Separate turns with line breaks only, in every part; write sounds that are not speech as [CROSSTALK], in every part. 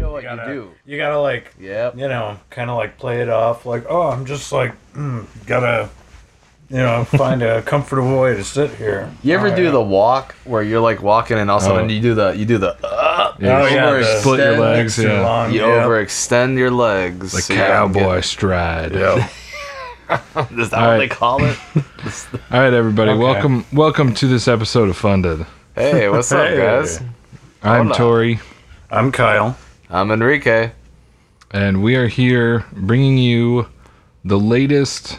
true.
you gotta like
Yep.
you know kind of like play it off like oh i'm just like mm, gotta you know [LAUGHS] find a comfortable way to sit here
You ever do the walk where you're like walking and all of a sudden
Oh.
you do the you do the uh,
Yeah,
Oh, yeah,
overextend-
the
split your legs,
extra
yeah.
[LAUGHS]
long
You
yeah.
overextend your legs.
The
so you don't get-
cowboy stride.
[LAUGHS] Is that
All
what
right.
they call it?
[LAUGHS] All right, everybody,
Okay.
welcome, welcome to this episode of Funded.
Hey, what's up,
Hey.
guys?
I'm
Hola.
Tori,
i'm kyle
I'm Enrique.
and we are here bringing you the latest,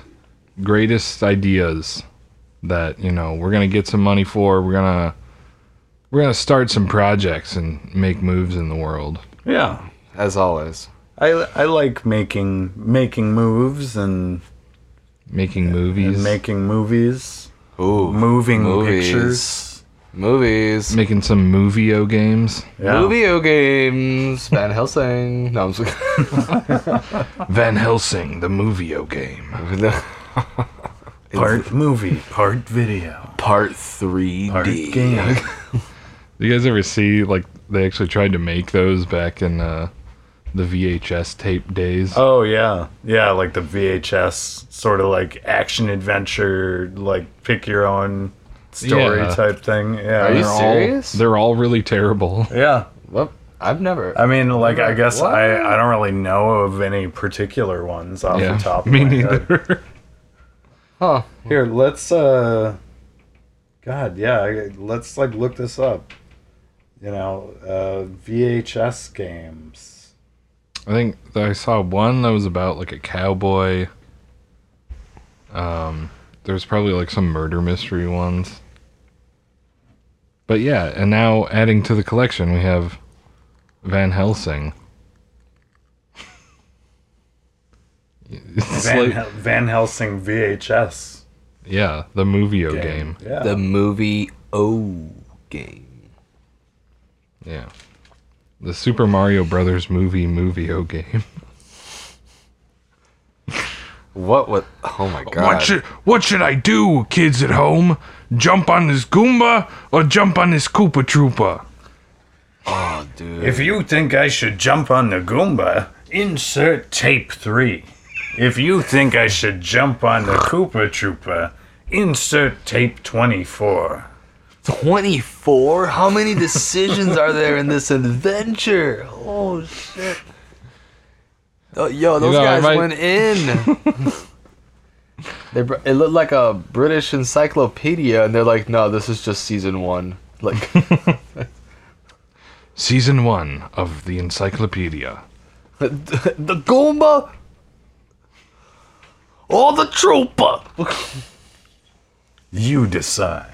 greatest ideas that you know we're gonna get some money for. We're gonna we're gonna start some projects and make moves in the world.
yeah
As always,
i i like making making moves and,
Making movies,
and making movies
ooh,
moving
movies.
pictures
movies,
making some movio games.
yeah.
movie games, Van Helsing. [LAUGHS] No, I'm just
Van Helsing, the movio
[LAUGHS]
game.
kidding.
part movie part video
Part three [LAUGHS]
part
D.
game
You guys ever see like they actually tried to make those back in uh, the VHS tape days?
Oh yeah, yeah, like the VHS sort of like action adventure, like pick your own story
Yeah.
type thing. Yeah,
Are you
they're
serious?
all they're all really terrible.
yeah.
What? I've never.
I mean, like I guess
What?
I I don't really know of any particular ones off
yeah,
the
[LAUGHS]
top. Of
me
my
neither.
Head.
Huh?
Here, let's. uh God, yeah, I- let's like look this up. You know, uh VHS games.
I think that I saw one that was about like a cowboy. Um, there's probably like some murder mystery ones. But yeah, and now adding to the collection, we have Van Helsing. [LAUGHS] It's
Van,
like-
Hel- Van Helsing VHS
yeah, the movio game.
Yeah.
The movie O game.
Yeah. The Super Mario Brothers movie movio game.
What? What? Oh my god!
[LAUGHS] what should I do, kids at home? Jump on this Goomba or jump on this Koopa Troopa?
Oh, dude.
If you think I should jump on the Goomba, insert tape three. If you think I should jump on the Koopa Troopa, insert tape 24.
24? How many decisions are there in this adventure? Oh, shit. Oh, yo, those
know, I
guys
might-
went in. they br- it looked like a British encyclopedia, and they're like, no, this is just season one. Like, [LAUGHS]
Season 1 of the Encyclopedia.
the Goomba or the Trooper.
You decide.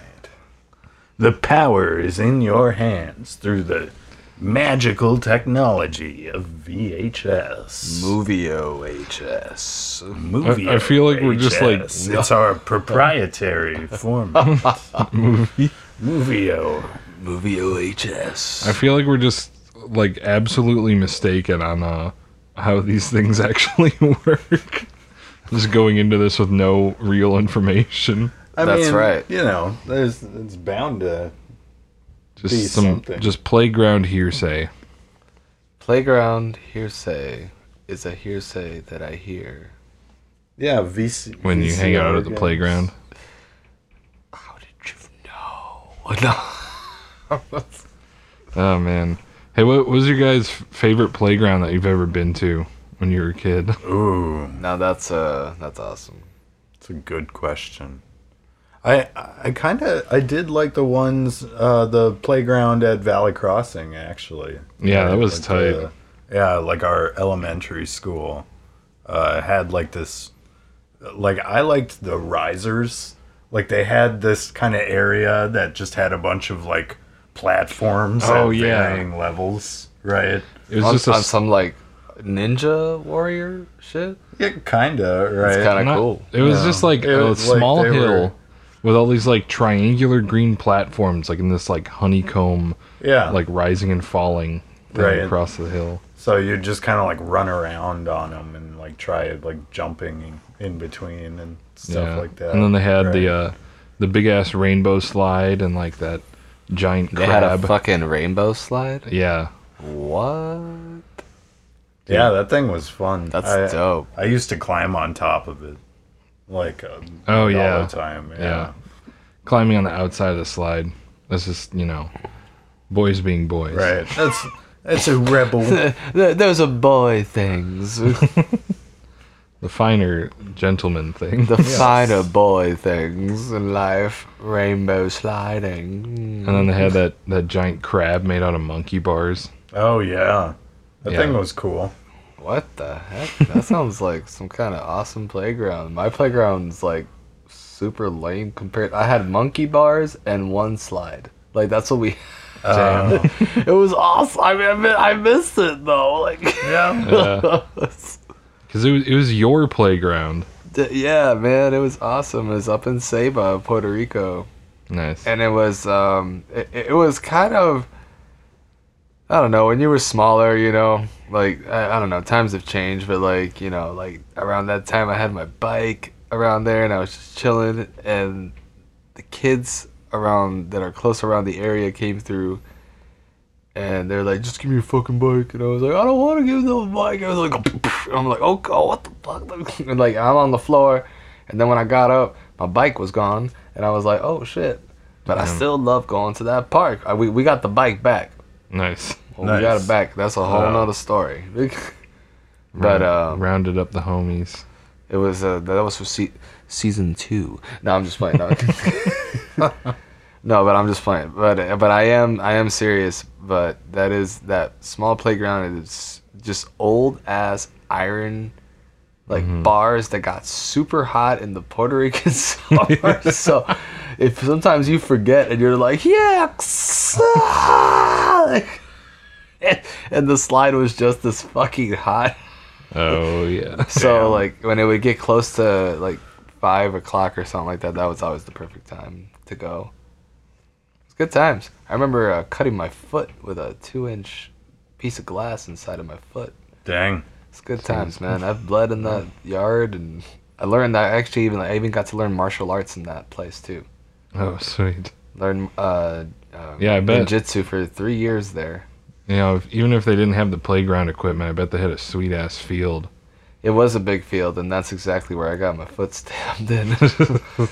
The power is in your hands through the magical technology of VHS.
Movie OHS.
Movie
I- I feel like we're just, like-
VHS. It's our proprietary format. Movie. Movio.
Movie OHS.
I feel like we're just like absolutely mistaken on uh, how these [LAUGHS] things actually work. just going into this with no real information.
I
That's right.
You know, there's it's bound to
Just
Be
some
something.
just playground hearsay.
Playground hearsay is a hearsay that I hear.
yeah VC
when you hang out at the
VCR
playground.
How did you know? [LAUGHS] No.
Oh man. Hey, what was your guys' f- favorite playground that you've ever been to when you were a kid?
games. Ooh,
Now that's uh that's awesome.
it's a good question. I I kind of I did like the ones uh, the playground at Valley Crossing actually.
Yeah, that was
Like
tight.
the- yeah, like our elementary school uh, had like this. Like I liked the risers. Like they had this kind of area that just had a bunch of like platforms
Oh,
at
yeah.
varying levels, right?
It was
On,
just a
on
s-
some like ninja warrior shit.
Yeah, kinda, right?
It's kinda
not-
cool.
It was
Yeah.
just like
It
a
was like
small
they
hill
were-
with all these like triangular green platforms, like in this like honeycomb,
yeah.
like rising and falling thing
Right.
across the hill.
so you just kind of like run around on them and like try like jumping in between and stuff
Yeah.
like that.
And then they had the
right?
uh, the big ass rainbow slide and like that giant
They had
crab.
a fucking rainbow slide.
yeah,
What?
Yeah, that thing was fun.
That's
uh,
I,
dope. [LAUGHS]
I used to climb on top of it, like um,
Oh,
all
yeah.
the time. Yeah.
Yeah. Climbing on the outside of the slide. That's just, you know, boys being boys.
right. That's that's a rebel.
[LAUGHS]
Th- Those are boy things. [LAUGHS] The
The finer gentleman thing.
finer boy things in life. Rainbow sliding.
and then they had that, that giant crab made out of monkey
[LAUGHS]
bars.
oh yeah, that
Yeah.
thing was cool.
What the heck? That sounds [LAUGHS] like some kind of awesome playground. My playground's like super lame compared. I had monkey bars and one slide. Like that's what we. [LAUGHS]
Uh,
It was awesome. I mean, I, mi- I missed it though. Like, [LAUGHS]
yeah.
Because it was, it was your playground.
D- yeah, man, it was awesome. It was up in Ceiba, Puerto Rico,
Nice.
and it was um, it, it was kind of. I don't know. When you were smaller, you know, like I, I don't know, times have changed, but like you know, like around that time, I had my bike around there, and I was just chilling, and the kids around that are close around the area came through. And they're like, just give me your fucking bike. And I was like, I don't want to give them a bike. I was like, and I'm like, [LAUGHS] oh, God, what the fuck? [LAUGHS] And like, I'm on the floor. And then when I got up, my bike was gone. And I was like, oh, shit. But I still love going to that park. I, we, we got the bike back.
nice.
Well, We got
Nice.
it back. That's a whole
Wow.
nother story. [LAUGHS] but uh,
Rounded up the homies.
it was uh, that was for se- season two. No, I'm just playing. No. no, but I'm just playing. But but I am I am serious. But that is that small playground is just old ass iron. Like bars that got super hot in the Puerto Rican [LAUGHS] summer. so, if sometimes you forget and you're like, yeah, [LAUGHS] like, [LAUGHS] and, and the slide was just this fucking hot
Oh, yeah.
[LAUGHS] so
Damn.
like when it would get close to like five o'clock or something like that, that was always the perfect time to go. It's good times. I remember uh, cutting my foot with a two-inch piece of glass inside of my foot.
Dang.
It's good times, man. I've bled in
[LAUGHS]
that yard, and I learned that actually even I even got to learn martial arts in that place too.
Oh, sweet.
Learn uh, uh,
Yeah, I bet.
jitsu for three years there.
You know, if, even if they didn't have the playground equipment, I bet they had a sweet ass field. [LAUGHS]
It was a big field, and that's exactly where I got my foot [LAUGHS] stabbed in.
Oh,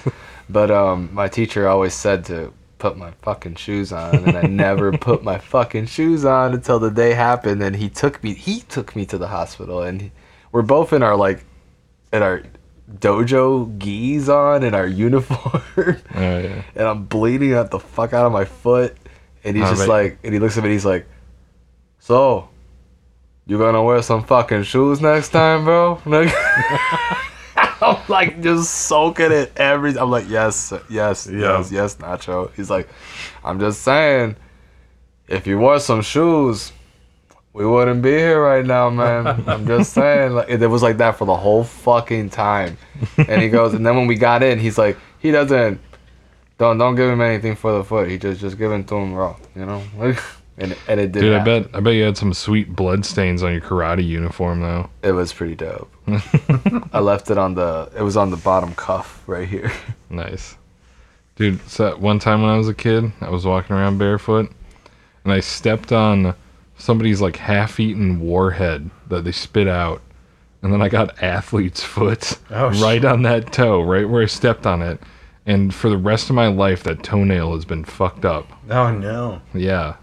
but um, my teacher always said to put my fucking shoes on, and I never put my fucking shoes on until the day happened. And he took me, he took me to the hospital, and he- we're both in our like, in our dojo gis on, in our uniform,
Oh, yeah.
and I'm bleeding out the fuck out of my foot. And he's
Oh,
just
but-
like, and he looks at me, and he's like, "So, you gonna wear some fucking shoes next time, bro?" [LAUGHS] Like, I'm like just soaking it every. I'm like, yes, yes,
Yeah.
yes, yes, Nacho. He's like, I'm just saying, if you wore some shoes. We wouldn't be here right now, man. I'm just saying. Like, it was like that for the whole fucking time. And he goes, and then when we got in, he's like, he doesn't don't don't give him anything for the foot. He just just give it to him raw. You know, [LAUGHS] and and it did.
Dude, I
happen.
bet I bet you had some sweet blood stains on your karate uniform though.
it was pretty
[LAUGHS]
dope. I left it on the. It was on the bottom cuff right here.
Nice. Dude, so one time when I was a kid, I was walking around barefoot and I stepped on somebody's like half eaten warhead that they spit out. And then I got athlete's foot
Oh,
[LAUGHS] right on that toe, right where I stepped on it. And for the rest of my life, that toenail has been fucked up.
Oh no.
Yeah.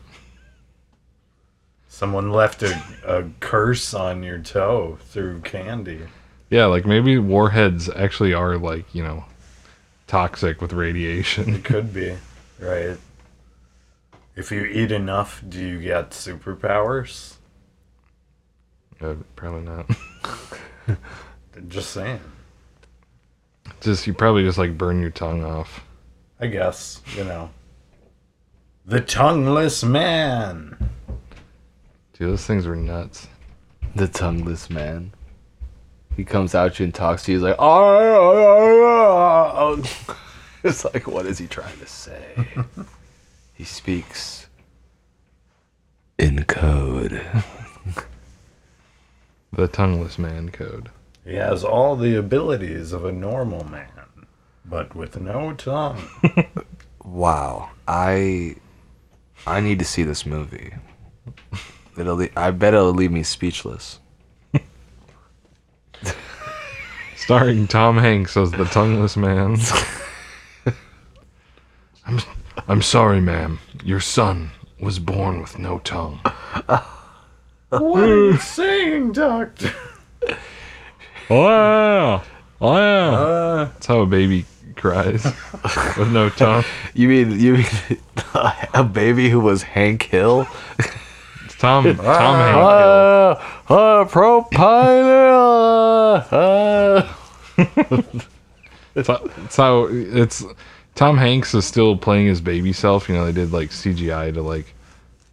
Someone left a, a curse on your toe through candy.
Yeah, like maybe warheads actually are like, you know, toxic with radiation.
[LAUGHS] It could be, right? If you eat enough, do you get superpowers?
Uh, probably not. [LAUGHS]
Just saying.
Just you probably just like burn your tongue off.
I guess, you know. The tongueless man.
Dude, those things were nuts.
The tongueless man. He comes out to you and talks to you. He's like, oh, [LAUGHS] it's like, what is he trying to say? [LAUGHS] he speaks in code.
The tongueless man code.
He has all the abilities of a normal man, but with no tongue.
wow i i need to see this movie it'll le- i bet it'll leave me speechless
starring Tom Hanks as the tongueless man. I'm, I'm sorry, ma'am. Your son was born with no tongue.
[LAUGHS] What are you saying, Doctor?
Wow. Wow.
Uh,
That's how a baby cries with no tongue.
You mean you mean [LAUGHS] a baby who was Hank Hill?
It's Tom Tom Hanks.
Uh, uh, propinyl. Uh,
It's, how- it's how it's Tom Hanks is still playing his baby self. You know, they did like CGI to like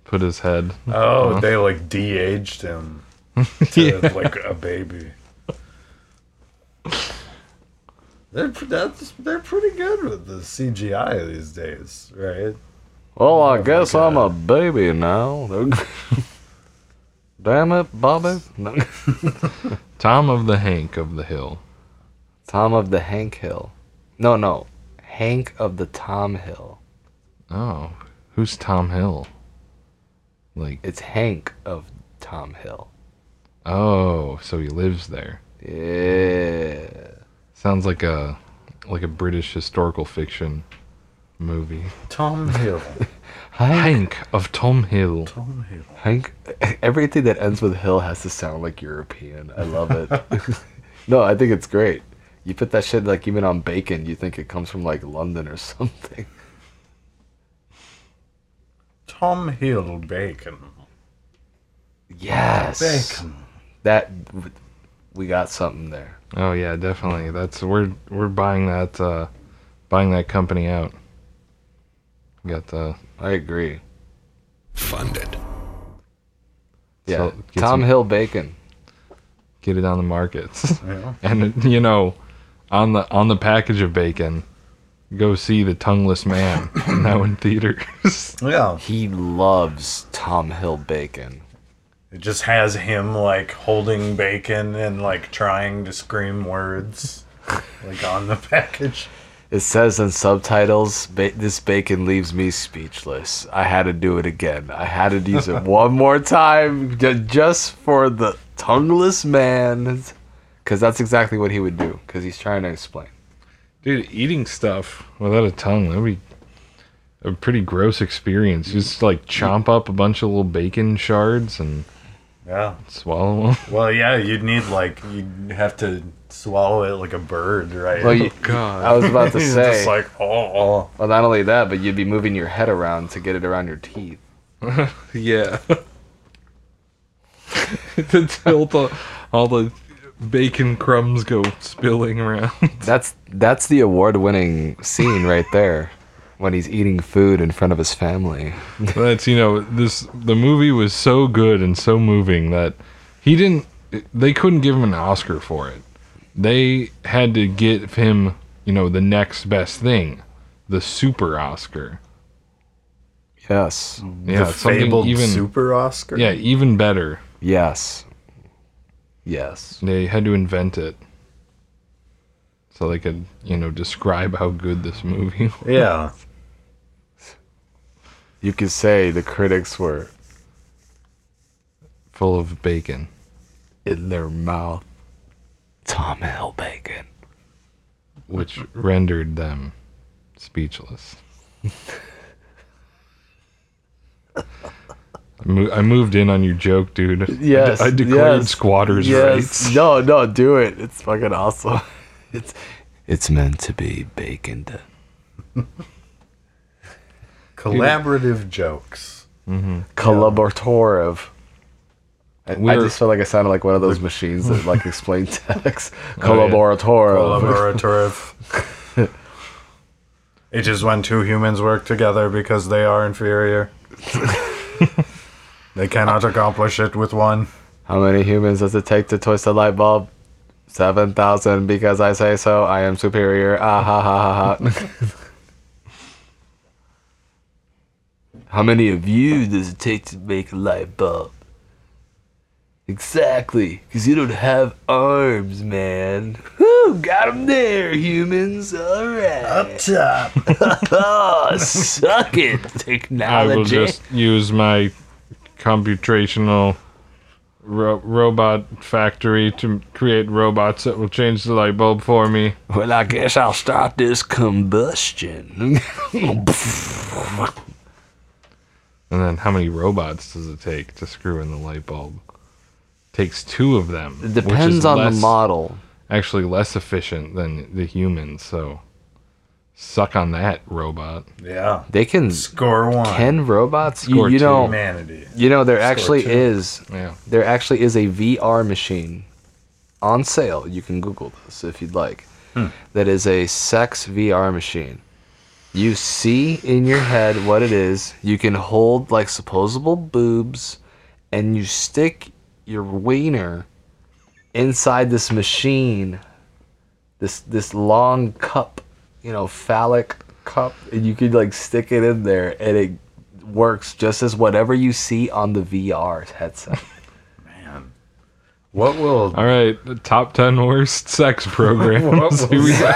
put his head.
oh, they like de-aged him [LAUGHS] to like a baby. They're pr- that's, they're pretty good with the CGI these days, right?
well, I guess I'm a baby now. [LAUGHS] Damn it, Bobby. No.
Tom of the Hank of the Hill.
Tom of the Hank Hill. No, no. Hank of the Tom Hill.
Oh, who's Tom Hill? Like,
It's Hank of Tom Hill.
oh, so he lives there.
Yeah.
Sounds like a like a British historical fiction movie.
Tom Hill.
Hank of Tom Hill.
Tom Hill.
Hank. [LAUGHS] Everything that ends with Hill has to sound like European. I love it. no, I think it's great. You put that shit like even on bacon, you think it comes from like London or [LAUGHS] something.
Tom Hill bacon.
Yes.
Bacon.
That we got something there.
Oh yeah, definitely. That's we're we're buying that uh buying that company out. Got the
I agree.
funded.
Yeah.
So, get
Tom
some-
Hill bacon.
get it on the [LAUGHS] markets.
Yeah.
and you know, on the on the package of bacon, go see the tongueless man now in theaters.
Yeah.
He loves Tom Hill bacon.
It just has him like holding bacon and like trying to scream words like on the [LAUGHS] package.
It says in subtitles, ba- "This bacon leaves me speechless." I had to do it again. I had to use
[LAUGHS]
it one more time, ju- just for the tongueless man, because that's exactly what he would do. Because he's trying to explain.
[LAUGHS] Dude, eating stuff without a tongue, that'd be a pretty gross experience. Just like chomp up a bunch of little bacon shards and
Yeah.
swallow them.
Well, yeah, you'd need like you'd have to swallow it like a bird, right?
Well, you, I
Oh, God.
was about to
[LAUGHS]
You're
say.
[LAUGHS] just like oh,
well, not only that, but you'd be moving your head around to get it around your teeth.
Yeah. [LAUGHS] to tilt all, all the bacon crumbs go spilling around. [LAUGHS]
That's that's the award-winning scene right there, when he's eating food in front of his family.
That's you know this the movie was so good and so moving that he didn't they couldn't give him an Oscar for it. They had to give him you know the next best thing, the super Oscar.
Yes,
Yeah,
the fabled super Oscar.
Hmm. yeah even better.
yes, yes.
They had to invent it so they could you know describe how good this movie. [LAUGHS] was.
yeah.
You could say the critics were
Full of bacon.
in their mouth. Tom Hill bacon.
which rendered them speechless. I mo- I moved in on your joke, dude. I de-
Yes,
I, declared
yes,
squatters' rights.
No, no, do it. It's fucking awesome. [LAUGHS] It's it's meant to be baconed.
Collaborative jokes.
Collaborative. I, I
We're-
just felt like I sounded like one of [LAUGHS] those machines that like explain [LAUGHS] text. Collaborative.
Collaborative. it is when two humans work together because they are inferior. they cannot accomplish it with one.
How many humans does it take to twist a light bulb? Seven thousand. Because I say so. I am superior. Ah ha ha ha ha. [LAUGHS] How many of you does it take to make a light bulb? Exactly, because you don't have arms, man. Woo, got 'em there, humans. All right.
top.
Oh, suck it,
I will
technology.
just use my computational ro- robot factory to create robots that will change the light bulb for me.
Well, I guess I'll start this combustion.
And then how many robots does it take to screw in the light bulb? Takes two of them.
It
which is
depends on the
less-
model.
Actually, less efficient than the humans. So, suck on that robot.
Yeah.
They can
Score one.
can robots. You,
Score
you
two.
know,
Humanity.
you know there actually
two.
is
Yeah.
there actually is a VR machine on sale. You can Google this if you'd like. That is a sex VR machine. You see in your head what it is. You can hold like supposable boobs, and you stick your wiener inside this machine, this this long cup, you know, phallic cup, and you could like stick it in there, and it works just as whatever you see on the VR headset.
Man. What will
All right. The top ten worst
[LAUGHS]
[LAUGHS] sex programs. [LAUGHS] Here we go.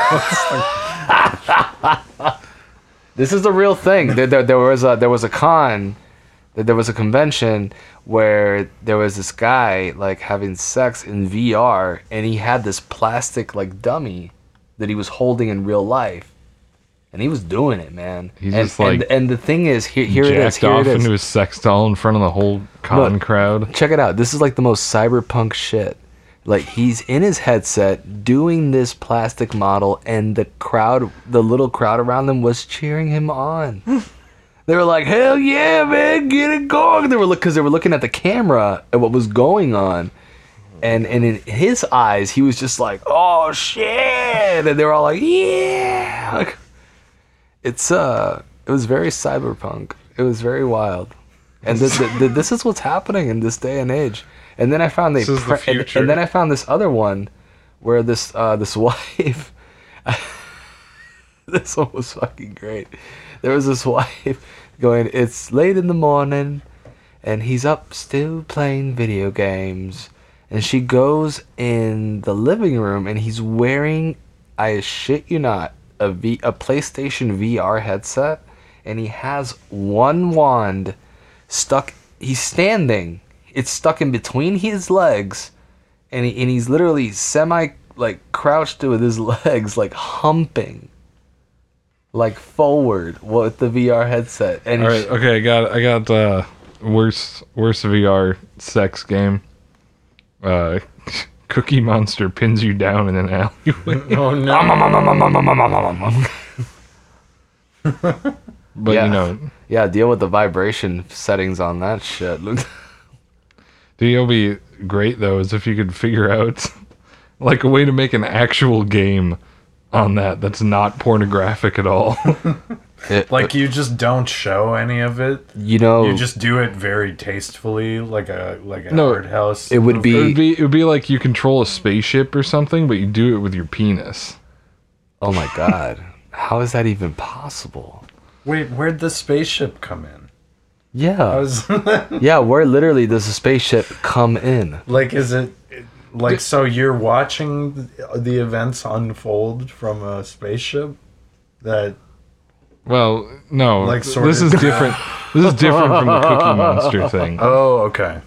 This is the real thing. There, there, there was a there was a con, that there was a convention where there was this guy like having sex in VR, and he had this plastic like dummy that he was holding in real life, and he was doing it, man.
He's
and,
just, like,
and, and the thing is, here, here it is.
Jacked
Here
off
it is.
into his sex doll in front of the whole con
Look.
crowd.
Check it out. This is like the most cyberpunk shit. Like he's in his headset doing this plastic model, and the crowd, the little crowd around them, was cheering him on. they were like, "Hell yeah, man, get it going!" They were look because they were looking at the camera and what was going on, and and in his eyes, he was just like, "Oh shit!" And they were all like, "Yeah!" Like, it's uh, it was very cyberpunk. It was very wild and this, th th this is what's happening in this day and age. And then I found they
This is the
pre- and,
future.
and then I found this other one where this uh, this [LAUGHS] wife. this one was fucking great. There was this [LAUGHS] wife going, "It's late in the morning, and he's up still playing video games." And she goes in the living room, and he's wearing, I shit you not, a v a PlayStation VR headset, and he has one wand stuck. He's standing. It's stuck in between his legs, and he, and he's literally semi like crouched with his [LAUGHS] legs like humping, like forward with the VR headset. And
All right. Okay. I got. I got the worst worst VR sex game. Uh, [LAUGHS] Cookie Monster pins you down in an alleyway.
[LAUGHS] Oh no.
[LAUGHS] But
Yeah.
you know,
yeah, deal with the vibration settings on that shit.
dude, it'll be great though is if you could figure out [LAUGHS] like a way to make an actual game on that that's not pornographic at all.
[LAUGHS] It-
Like you just don't show any of it.
you know,
You just do it very tastefully, like a like a
No,
art house.
it would
[LAUGHS] it
be.
[LAUGHS]
would be it would be like you control a spaceship or something, but you do it with your penis.
Oh my god, how is that even possible?
Wait, where'd the spaceship come in? [LAUGHS]
Yeah,
I was
yeah. Where literally does a spaceship come in?
like, is it like so? You're watching the- the events unfold from a spaceship. That
Well, no,
Like
this
sorted-
is different. this is different from the
[LAUGHS]
Cookie Monster thing.
oh okay.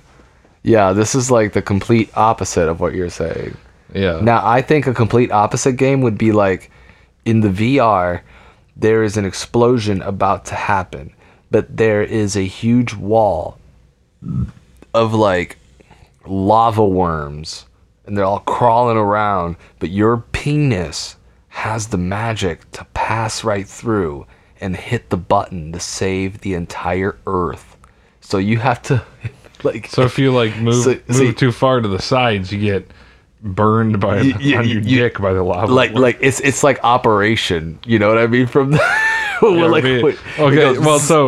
Yeah, this is like the complete opposite of what you're saying.
Yeah.
Now, I think a complete opposite game would be like in the VR, there is an explosion about to happen, but there is a huge wall of like lava worms and they're all crawling around, but your penis has the magic to pass right through and hit the button to save the entire earth. So you have to [LAUGHS] like
So if you like move
So-
move
so you-
too far to the sides, you get burned by the,
You-
on your
you-
dick by the lava.
like like it's it's like operation you know what i mean from the [LAUGHS]
You
we're
know
like
what I mean?
wait,
okay,
it goes
well, so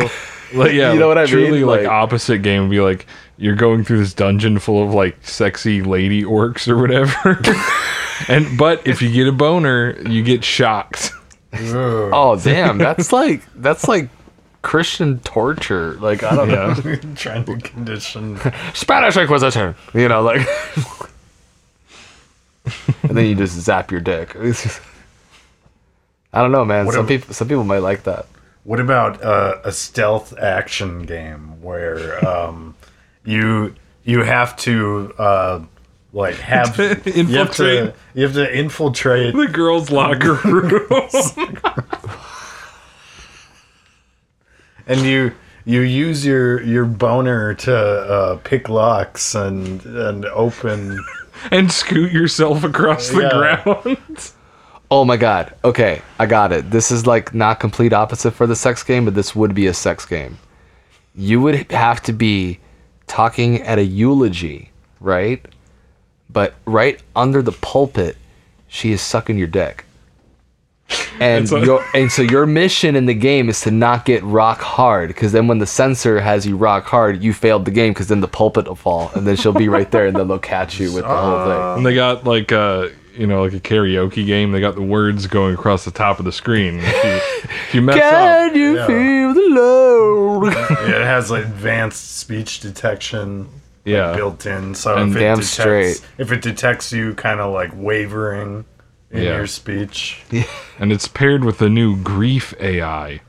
like, yeah,
You know what I mean?
truly like,
Like-
opposite game would be like you're going through this dungeon full of like sexy lady orcs or whatever, [LAUGHS] and but if you get a boner, you get shocked. [LAUGHS]
Ooh.
[LAUGHS] oh damn that's like that's like christian torture like i don't know
Yeah,
trying to condition.
spanish inquisition you know like [LAUGHS] and then you just zap your dick [LAUGHS] It's just- i don't know man
What
some
if-
people some people might like that
What about uh, a stealth action game where um, you you have to uh, like have you have to,
Infiltrate
you have to infiltrate
the girls' locker
[LAUGHS]
room. [LAUGHS]
and you you use your your boner to uh, pick locks and and open
and scoot yourself across the
Yeah.
ground. [LAUGHS]
Oh my god. Okay, I got it. This is like not complete opposite for the sex game, but this would be a sex game. You would have to be talking at a eulogy, right? But right under the pulpit, she is sucking your dick. And
It's a-
your and so your mission in the game is to not get rock hard, because then when the sensor has you rock hard, you failed the game, because then the pulpit will fall, and then she'll be right there, and then they'll catch you with the whole thing.
And they got like uh you know like a karaoke game. They got the words going across the top of the screen. If you, if you mess up,
Can you
Yeah.
feel the load?
it has like, advanced speech detection
yeah,
built in so
And
if it
damn
detects
straight.
if it detects you kind of like wavering in
Yeah.
your speech
and it's paired with the new grief AI,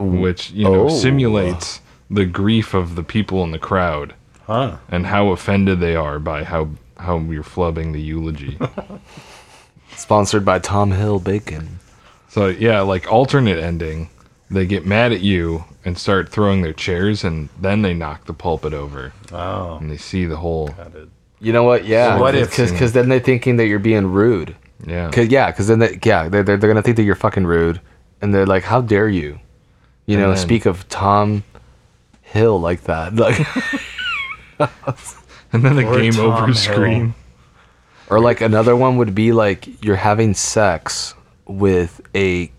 which you know
Oh.
simulates the grief of the people in the crowd
huh
and how offended they are by how how you're flubbing the
[LAUGHS]
eulogy.
Sponsored by Tom Hill Bacon.
so yeah, like alternate ending, they get mad at you and start throwing their chairs, and then they knock the pulpit over
oh
and they see the whole
You know what? Yeah.
So what if-
Because then they're thinking that you're being rude.
yeah.
Cause, yeah, because then they, yeah, they're, they're, they're going to think that you're fucking rude. And they're like, how dare you? You know,
then-
speak of Tom Hill like that. [LAUGHS] Like,
And then the
Or
game
Tom
over
Hill.
screen.
or like another one would be like, you're having sex with a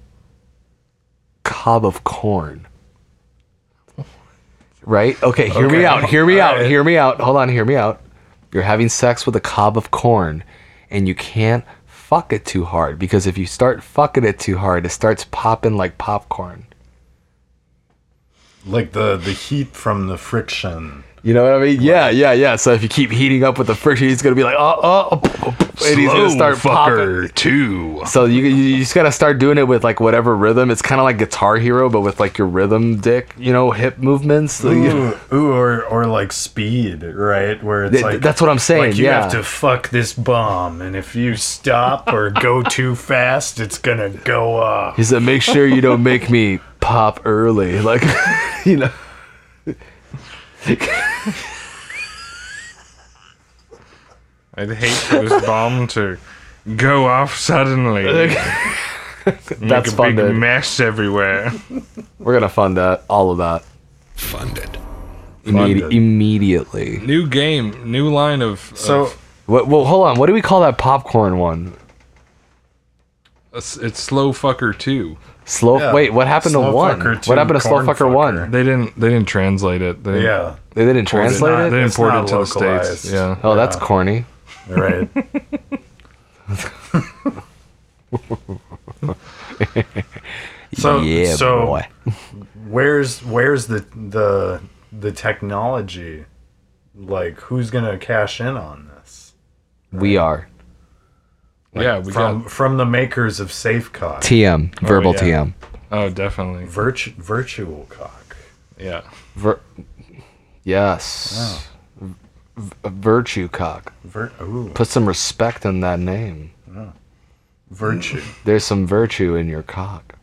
cob of corn. Right? Okay, hear me
Okay.
out. Hear me out.
Alright.
Hear me out. Hold on, hear me out. You're having sex with a cob of corn and you can't fuck it too hard because if you start fucking it too hard, it starts popping like popcorn.
like the the heat from the friction
You know what I mean? Yeah, yeah, yeah. So if you keep heating up with the friction, he's gonna be like, oh, oh, oh, oh, oh," and he's gonna start popping.
two.
So you, you you just gotta start doing it with like whatever rhythm. It's kind of like Guitar Hero, but with like your rhythm dick, you know, hip movements. So [LAUGHS] you-
Ooh, ooh, or or like speed, right? Where it's
Th-
like
that's what I'm saying,
Like you
yeah.
have to fuck this bomb, and if you stop or
[LAUGHS]
go too fast, it's gonna go off.
He said, make sure you don't make me pop early, [LAUGHS] like you know.
I'd hate for this bomb to go off suddenly. Make
[LAUGHS] That's
a big
funded.
mess everywhere.
We're gonna fund that, all of that,
Funded.
immedi-
Funded.
immediately.
New game, new line of
So
What, well, hold on. What do we call that popcorn one?
of- it's slow fucker two.
Slow.
Yeah.
Wait, what happened
Slow
to one?
fucker
what
two,
happened to slow
corn
fucker,
fucker.
one?
They didn't they didn't translate it. They,
yeah,
They didn't
it's
translate
not-
it.
They didn't
It's
port it
not
to the states.
localized.
Yeah.
Oh, that's corny. [LAUGHS]
right. so
yeah,
so
boy.
where's where's the the the technology? Like who's gonna cash in on this?
We are
yeah, we
From
got
from the makers of Safecock.
TM, verbal
yeah.
TM.
Oh, definitely.
Virtu- virtual cock.
Yeah.
Vir- yes. V- virtue cock.
Vir- ooh,
Put some respect in that name.
virtue.
There's some virtue in your cock.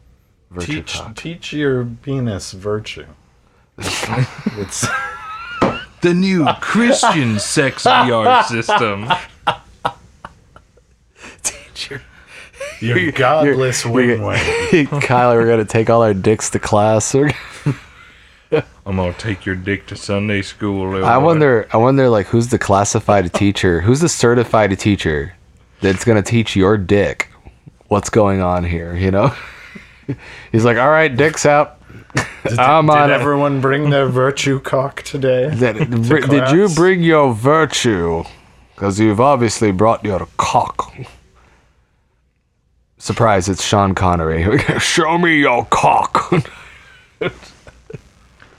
Virtue
Teach
cock. [LAUGHS]
teach your penis virtue. [LAUGHS]
[LAUGHS]
it's
The new Christian sex VR system.
your godless
[LAUGHS]
wing wing.
Kyle, we're gonna take all our dicks to class. We're-
I'm gonna take your dick to Sunday school. little
I
boy.
wonder. I wonder, like, who's the classified [LAUGHS] teacher? Who's the certified teacher that's gonna teach your dick what's going on here? You know. [LAUGHS] He's like, all right, dicks out. [LAUGHS]
Did,
I'm
did
on it.
everyone
[LAUGHS]
bring their virtue cock today?
That, br- did you
class.
bring your virtue? Because you've obviously brought your cock. Surprise, it's Sean Connery. [LAUGHS] Show me your cock. [LAUGHS]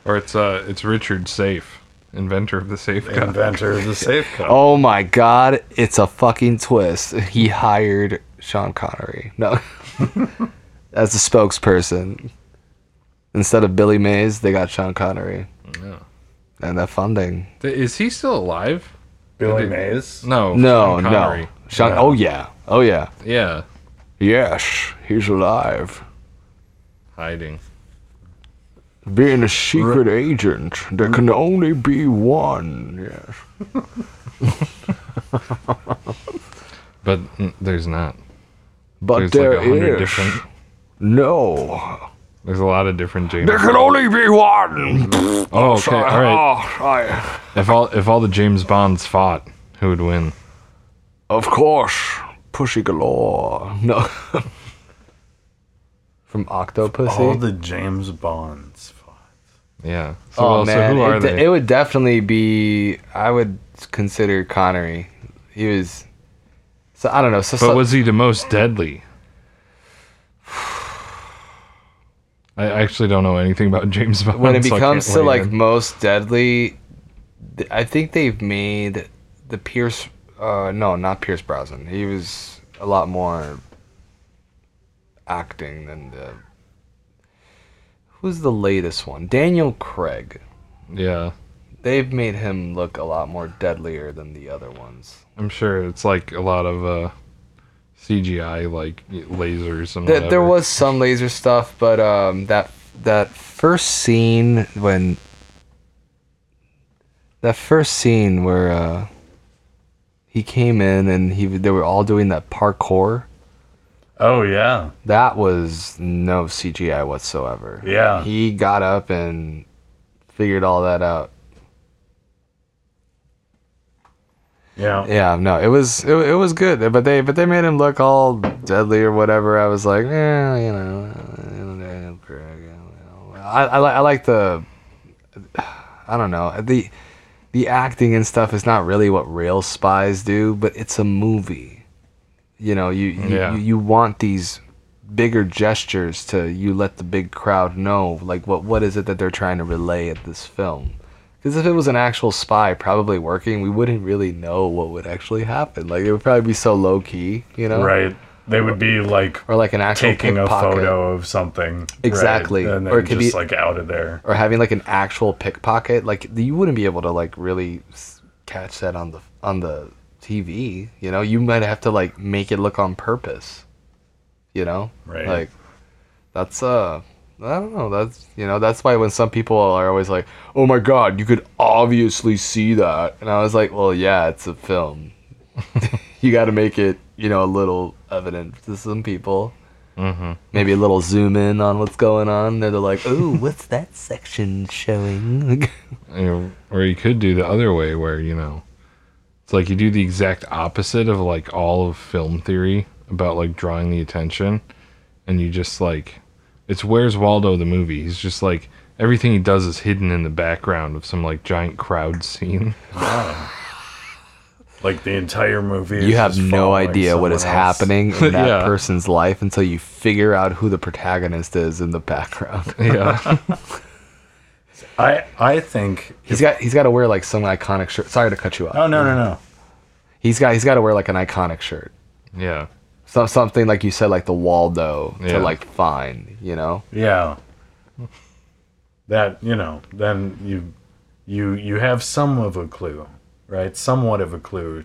Or it's uh it's Richard Safe, inventor of the safe gun.
Inventor of the Safecock.
oh my god, it's a fucking twist. He hired Sean Connery. No. [LAUGHS] As a spokesperson. Instead of Billy Mays, they got Sean Connery. and the funding.
Th- Is he still alive?
Billy
Did-
Mays.
No.
No,
Oh, Sean
no.
Connery.
Sean,
Yeah.
Oh yeah. Oh yeah.
Yeah.
Yes, he's alive.
Hiding.
Being a secret agent, there can only be one. Yes.
But mm, there's not.
But
There's
there
like a hundred
is
different.
no.
There's a lot of different James.
There can only be [LAUGHS] one.
Oh, okay.
Sorry.
All
Oh, sorry.
right. If all if all the James Bonds fought, who would win?
Of course, pussy galore. No. From Octopussy.
All the James Bonds.
Yeah. So,
oh
well, so
man,
who are
it,
they?
it would definitely be. I would consider Connery. He was. So I don't know. So,
but
so-
was he the most deadly? [SIGHS] I actually don't know anything about [LAUGHS] James Bond.
when it
so I
becomes
can't
to
weigh
like
in.
most deadly, th- I think they've made the Pierce. Uh, no, not Pierce Brosnan. He was a lot more acting than the. Who's the latest one? Daniel Craig.
yeah,
They've made him look a lot more deadlier than the other ones.
I'm sure it's like a lot of uh, CGI, like y- lasers and
Th- there
whatever.
was some laser stuff, but um, that that first scene when that first scene where uh, he came in and he they were all doing that parkour.
Oh yeah.
That was no CGI whatsoever.
Yeah.
he got up and figured all that out.
Yeah.
Yeah, no, it was it, it was good, but they but they made him look all deadly or whatever. I was like, eh, you know, eh, you know, Craig, you know. I I, li- I like the, I don't know the, the acting and stuff is not really what real spies do, but it's a movie, you know. You you,
Yeah.
you, you want these bigger gestures to you let the big crowd know like what what is it that they're trying to relay at this film because if it was an actual spy probably working we wouldn't really know what would actually happen like it would probably be so low-key you know
Right. They would be like
or like an actual
taking a
pickpocket
photo of something. right,
Exactly.
And then
Or
or
it could
just
be-
like out of there.
or having like an actual pickpocket like you wouldn't be able to like really s- catch that on the on the tv you know you might have to like make it look on purpose you know
Right.
like that's uh I don't know. That's you know. That's why when some people are always like, "Oh my God, you could obviously see that," and I was like, "Well, yeah, it's a film. [LAUGHS] you got to make it, you know, a little evident to some people. Mm-hmm. Maybe a little zoom in on what's going on." They're like, "Ooh, what's that section
[LAUGHS]
showing?"
You know, or you could do the other way, where you know, it's like you do the exact opposite of like all of film theory about like drawing the attention, and you just like, it's where's Waldo the movie. He's just like everything he does is hidden in the background of some like giant crowd [LAUGHS] scene.
Like the entire movie. is
you have
just
no
following
idea what is
someone else.
happening
[LAUGHS]
in that
Yeah.
person's life until you figure out who the protagonist is in the
[LAUGHS]
background.
Yeah,
I I think.
he's got he's got to wear like some iconic shirt. Sorry to cut you off.
Oh no no no.
He's got he's got to wear like an iconic shirt,
yeah.
so, something like you said, like the Waldo
Yeah.
to like find, you know.
Yeah. That you know, then you you you have some of a clue, right? Somewhat of a clue,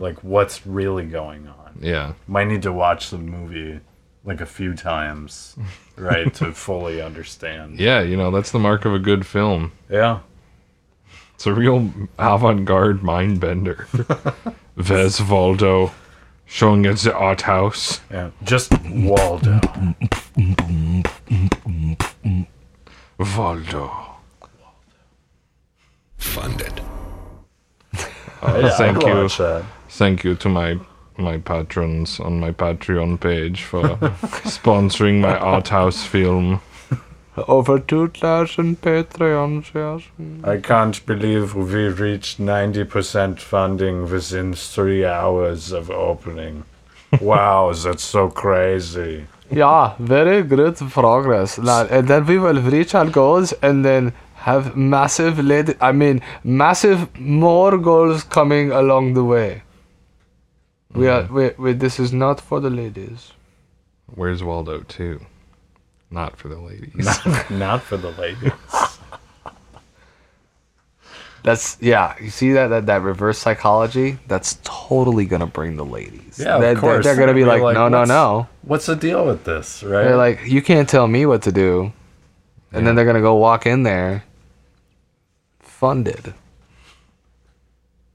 like what's really going on.
Yeah.
Might need to watch the movie like a few times, right, to fully understand.
Yeah, you know, that's the mark of a good film.
Yeah.
It's a real avant garde mind bender. Vez Valdo showing at the art house.
Yeah. Just Waldo.
Valdo.
Funded.
Yeah,
thank
I'd
you.
watch that.
Thank you to my my patrons on my Patreon page
[LAUGHS]
for sponsoring my art house film.
Over two thousand Patreons, yes.
I can't believe we reached 90% funding within three hours of opening. Wow, that's so crazy.
Yeah, very great progress. Now, and then we will reach our goals, and then have massive led. I mean, massive more goals coming along the way. We are. We, we, this is not for the ladies.
Where's Waldo too? Not for the ladies.
Not for the ladies.
That's yeah. You see that that, that reverse psychology? That's totally gonna bring the ladies.
Yeah, of
They- they-
course.
They're, gonna be
They're
like, no, no,
what's-
no.
[LAUGHS] What's the deal with this, right?
They're like, you can't tell me what to do, and then they're gonna go walk in there, funded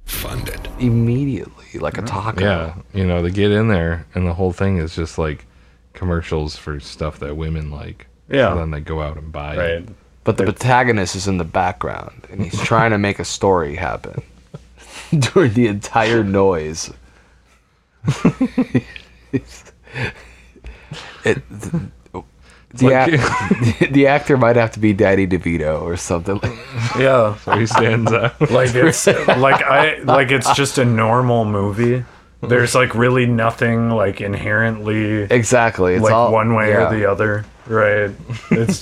Funded.
immediately like a taco.
Yeah, you know, they get in there, and the whole thing is just like commercials for stuff that women like.
Yeah.
So then they go out and buy it.
right.
But the protagonist is in the background, and
[LAUGHS]
he's trying to make a story happen [LAUGHS] during the entire noise. [LAUGHS] it, the, the
[LAUGHS]
ac- [LAUGHS] the actor might have to be Daddy DeVito or something. Like,
Yeah.
So
[LAUGHS]
he stands up.
Like it's like I like it's just a normal movie. There's like really nothing like inherently
exactly. It's
like
all,
one way
yeah.
or the other, right? It's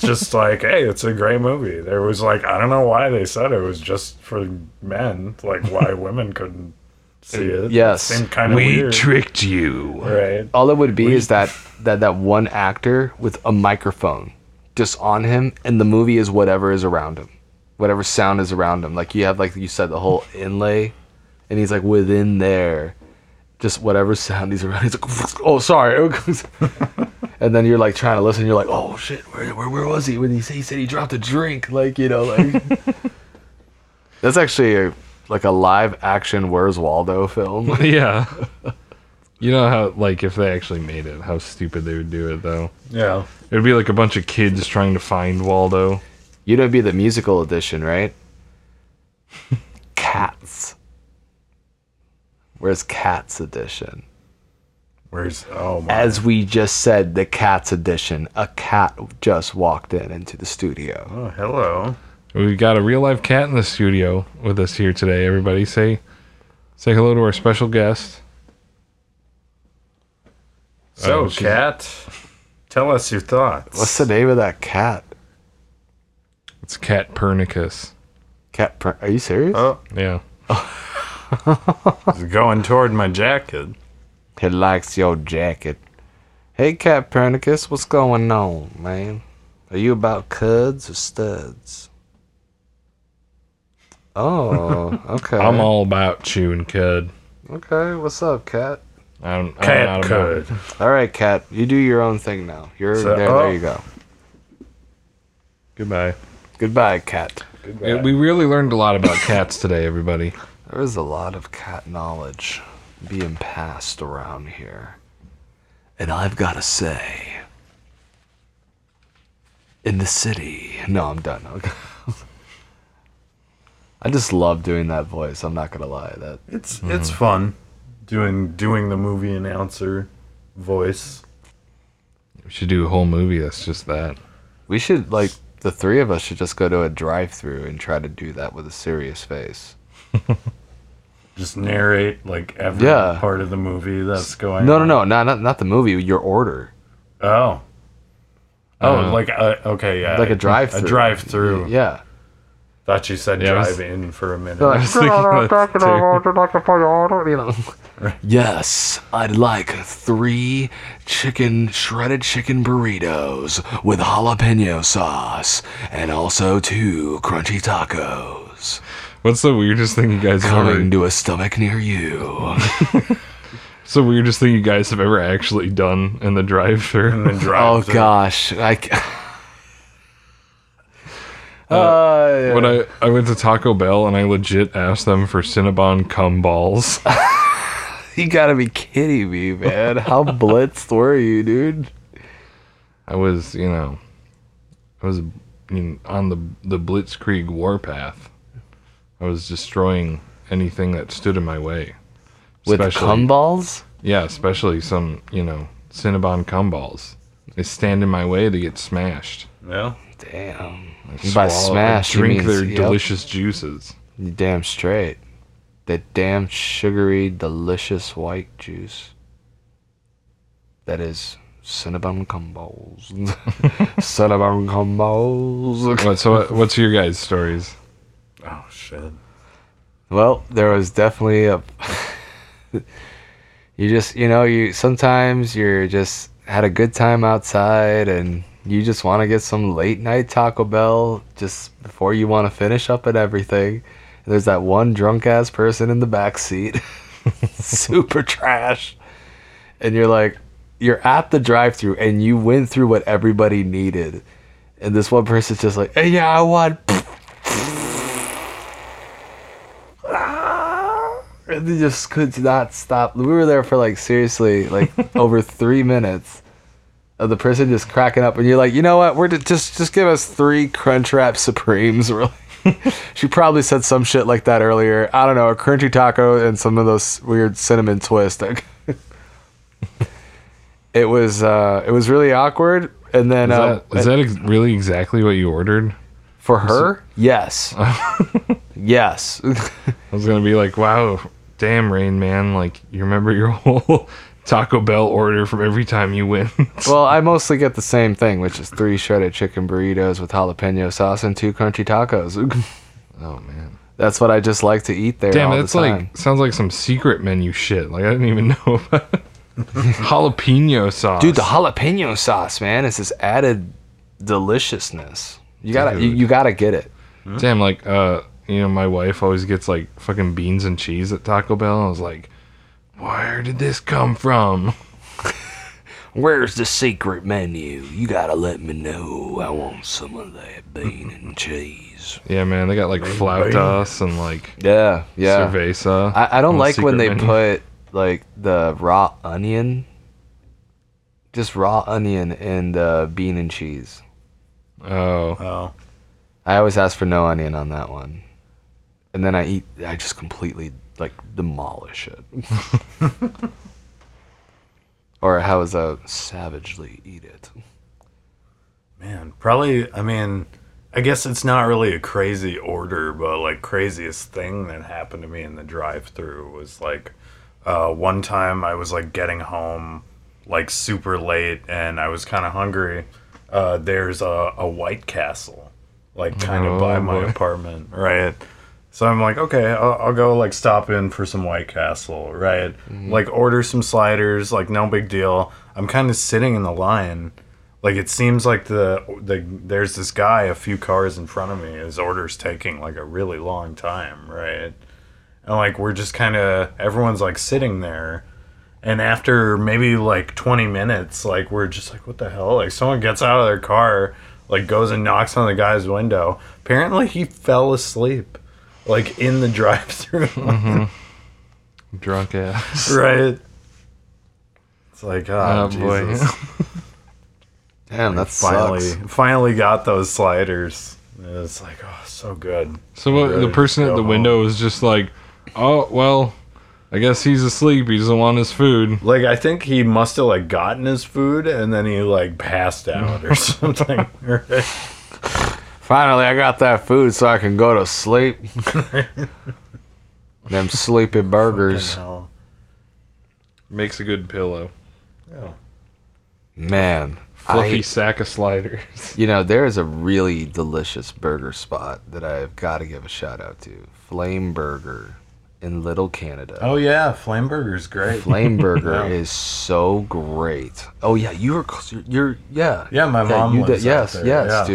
[LAUGHS]
just like, hey, it's a great movie. There was like, I don't know why they said it was just for men. Like,
[LAUGHS]
why women couldn't see it?
Yes.
seemed kind of weird,
tricked you.
right?
All it would be is that, that that one actor with a microphone just on him, and the movie is whatever is around him, whatever sound is around him. Like you have, like you said, the whole inlay, and he's like within there, just whatever sound he's around. He's like, [LAUGHS] oh, sorry, and then you're like trying to listen. You're like, oh shit, where where, where was he when he, he said he dropped a drink? Like you know, like that's actually a, like a live action Where's Waldo film. [LAUGHS]
[LAUGHS] Yeah. You know how, like, if they actually made it, how stupid they would do it, though.
Yeah,
It would be like a bunch of kids trying to find Waldo.
You know, it'd be the musical edition,
[LAUGHS]
right? Cats. Where's Cats edition?
where's oh my,
As we just said, the Cats edition. A cat just walked in into the studio.
oh hello,
We've got a real life cat in the studio with us here today. Everybody say say hello to our special guest.
so
Oh, she's-
cat, tell us your thoughts.
What's the name of that cat?
It's Cat Pernicus.
Cat? Pr- Are you serious?
Oh,
Yeah.
it's going toward my jacket.
He likes your jacket. Hey, Cat Pernicus, what's going on, man? Are you about cuds or
[LAUGHS]
studs? Oh, okay.
I'm all about chewing cud.
okay, what's up, Cat?
I'm, I'm
Cat
not about-
could.
All right, Kat, you do your own thing now. You're
So-
there.
oh.
There you go.
Goodbye.
Goodbye, Kat.
Yeah, we really learned a lot about cats today, everybody.
There is a lot of cat knowledge being passed around here, and I've got to say, in the city. No, I'm done. [LAUGHS] Okay. I just love doing that voice. I'm not gonna lie. That
It's it's fun doing doing the movie announcer voice.
We should do a whole movie that's just that.
we should like the three of us should just go to a drive-through and try to do that with a serious face.
Just narrate like every
Yeah.
part of the movie that's going.
No,
on.
no, no, not not, not the movie. Your order.
Oh. Oh,
Uh,
like uh, okay, yeah,
Uh-huh. Like a drive-thru.
A drive-through.
Yeah.
Thought you said
Yeah, I [LAUGHS] was-
drive-in for a minute.
They're like,
was thinking that
"Can I order like a fucking order?" You know? [LAUGHS] Yes, I'd like three chicken shredded chicken burritos with jalapeno sauce, and also two crunchy tacos
What's the weirdest thing you guys have ever?
coming to a stomach near [LAUGHS] you. Oh,
What's the weirdest thing you guys have ever actually done in the drive-through?
in the
oh
drive-thru.
gosh, I. c- Uh, yeah.
When I, I went to Taco Bell and I legit asked them for Cinnabon cum balls.
you gotta be kidding me, man! [LAUGHS] How blitzed were you, dude?
I was, you know, I was in, on the the Blitzkrieg warpath. I was destroying anything that stood in my way.
With cum balls?
Yeah, especially some, you know, Cinnabon cum balls. They stand in my way to get smashed.
Yeah.
Damn.
I
By
swallow- I
smash, he
drink
means-
their
yep.
delicious juices.
You damn straight. That damn sugary, delicious white juice. That is cinnamon combos. [LAUGHS] cinnamon [LAUGHS] combos.
What, so what, what's your guys' stories?
Oh shit.
Well, there was definitely a. [LAUGHS] you just, you know, you sometimes you're just had a good time outside and you just want to get some late night Taco Bell just before you want to finish up at everything. There's that one drunk ass person in the back seat, [LAUGHS] super trash, and you're like, you're at the drive-through and you went through what everybody needed, and this one person's just like, hey, yeah, I want. Ah. And they just could not stop. We were there for like seriously like over three minutes of the person just cracking up, and you're like, you know what? We're to just just give us three Crunchwrap Supremes. [LAUGHS] We're like, she probably said some shit like that earlier. I don't know, a crunchy taco and some of those weird cinnamon twists. [LAUGHS] it was uh, it was really awkward, and then
Is
uh,
that, is that ex- really exactly what you ordered?
for her,
[LAUGHS]
yes, yes.
I was gonna be like, wow, damn, Rain Man, like you remember your [LAUGHS] whole Taco Bell order from every time
[LAUGHS]
you went.
Well, I mostly get the same thing, which is three shredded chicken burritos with jalapeno sauce and two crunchy tacos. [LAUGHS]
oh man,
that's what I just like to eat there.
damn,
all
that's
the time.
like sounds like some secret menu shit. Like I didn't even [LAUGHS] know
[LAUGHS]
about jalapeno sauce.
dude, the jalapeno sauce, man, is this added deliciousness. You gotta, you,
Dude.
you gotta get it.
damn, like uh, you know, my wife always gets like fucking beans and cheese at Taco Bell. I was like, where did this come from? [LAUGHS]
Where's the secret menu? You gotta let me know. I want some of that bean and cheese.
Yeah, man, they got like flautas and like
Yeah, yeah.
cerveza.
I, I
on
don't
the
like when
secret
they
menu.
put like the raw onion, just raw onion and uh, bean and cheese.
Oh,
Oh,
I always ask for no onion on that one, and then I eat. I just completely like demolish it,
[LAUGHS]
or how is that savagely eat it?
man. Probably, I mean, I guess it's not really a crazy order, but like, craziest thing that happened to me in the drive through was like, uh, one time I was like getting home like super late and I was kind of hungry. Uh, there's a, a White Castle, like, kind of by
Oh,
my
boy.
apartment, right? So I'm like, okay, I'll, I'll go like stop in for some White Castle, right?
Mm-hmm.
Like order some sliders, like no big deal. I'm kind of sitting in the line, like it seems like the the there's this guy a few cars in front of me. His order's taking like a really long time, right? And like we're just kind of everyone's like sitting there, and after maybe like 20 minutes, like we're just like, what the hell? Like someone gets out of their car, like goes and knocks on the guy's window. Apparently he fell asleep, like in the [LAUGHS] drive-through,
drunk ass.
right? It's like, oh,
Oh, boy. [LAUGHS]
Jesus.
Damn, that
finally,
sucks.
finally got those sliders. It's like, oh, so good.
So what, the
Ready to
person at
go
the
home.
window was just like, "Oh well, I guess he's asleep. He doesn't want his food."
Like I think he must have like gotten his food and then he like passed out or [LAUGHS] something. right?
Finally, I got that food so I can go to
[LAUGHS]
sleep. Them sleepy
[LAUGHS]
burgers,
Hell.
Makes a good pillow.
man.
Fluffy
I-
sack of sliders. [LAUGHS]
You know, there is a really delicious burger spot that I've got to give a shout out to. Flame Burger in Little Canada.
Oh yeah, flame burger's great. [LAUGHS]
Flame Burger
Yeah.
is so great. Oh yeah, you were cl- you're yeah.
Yeah, my mom
did-
lives out
yes,
there,
yes,
yeah.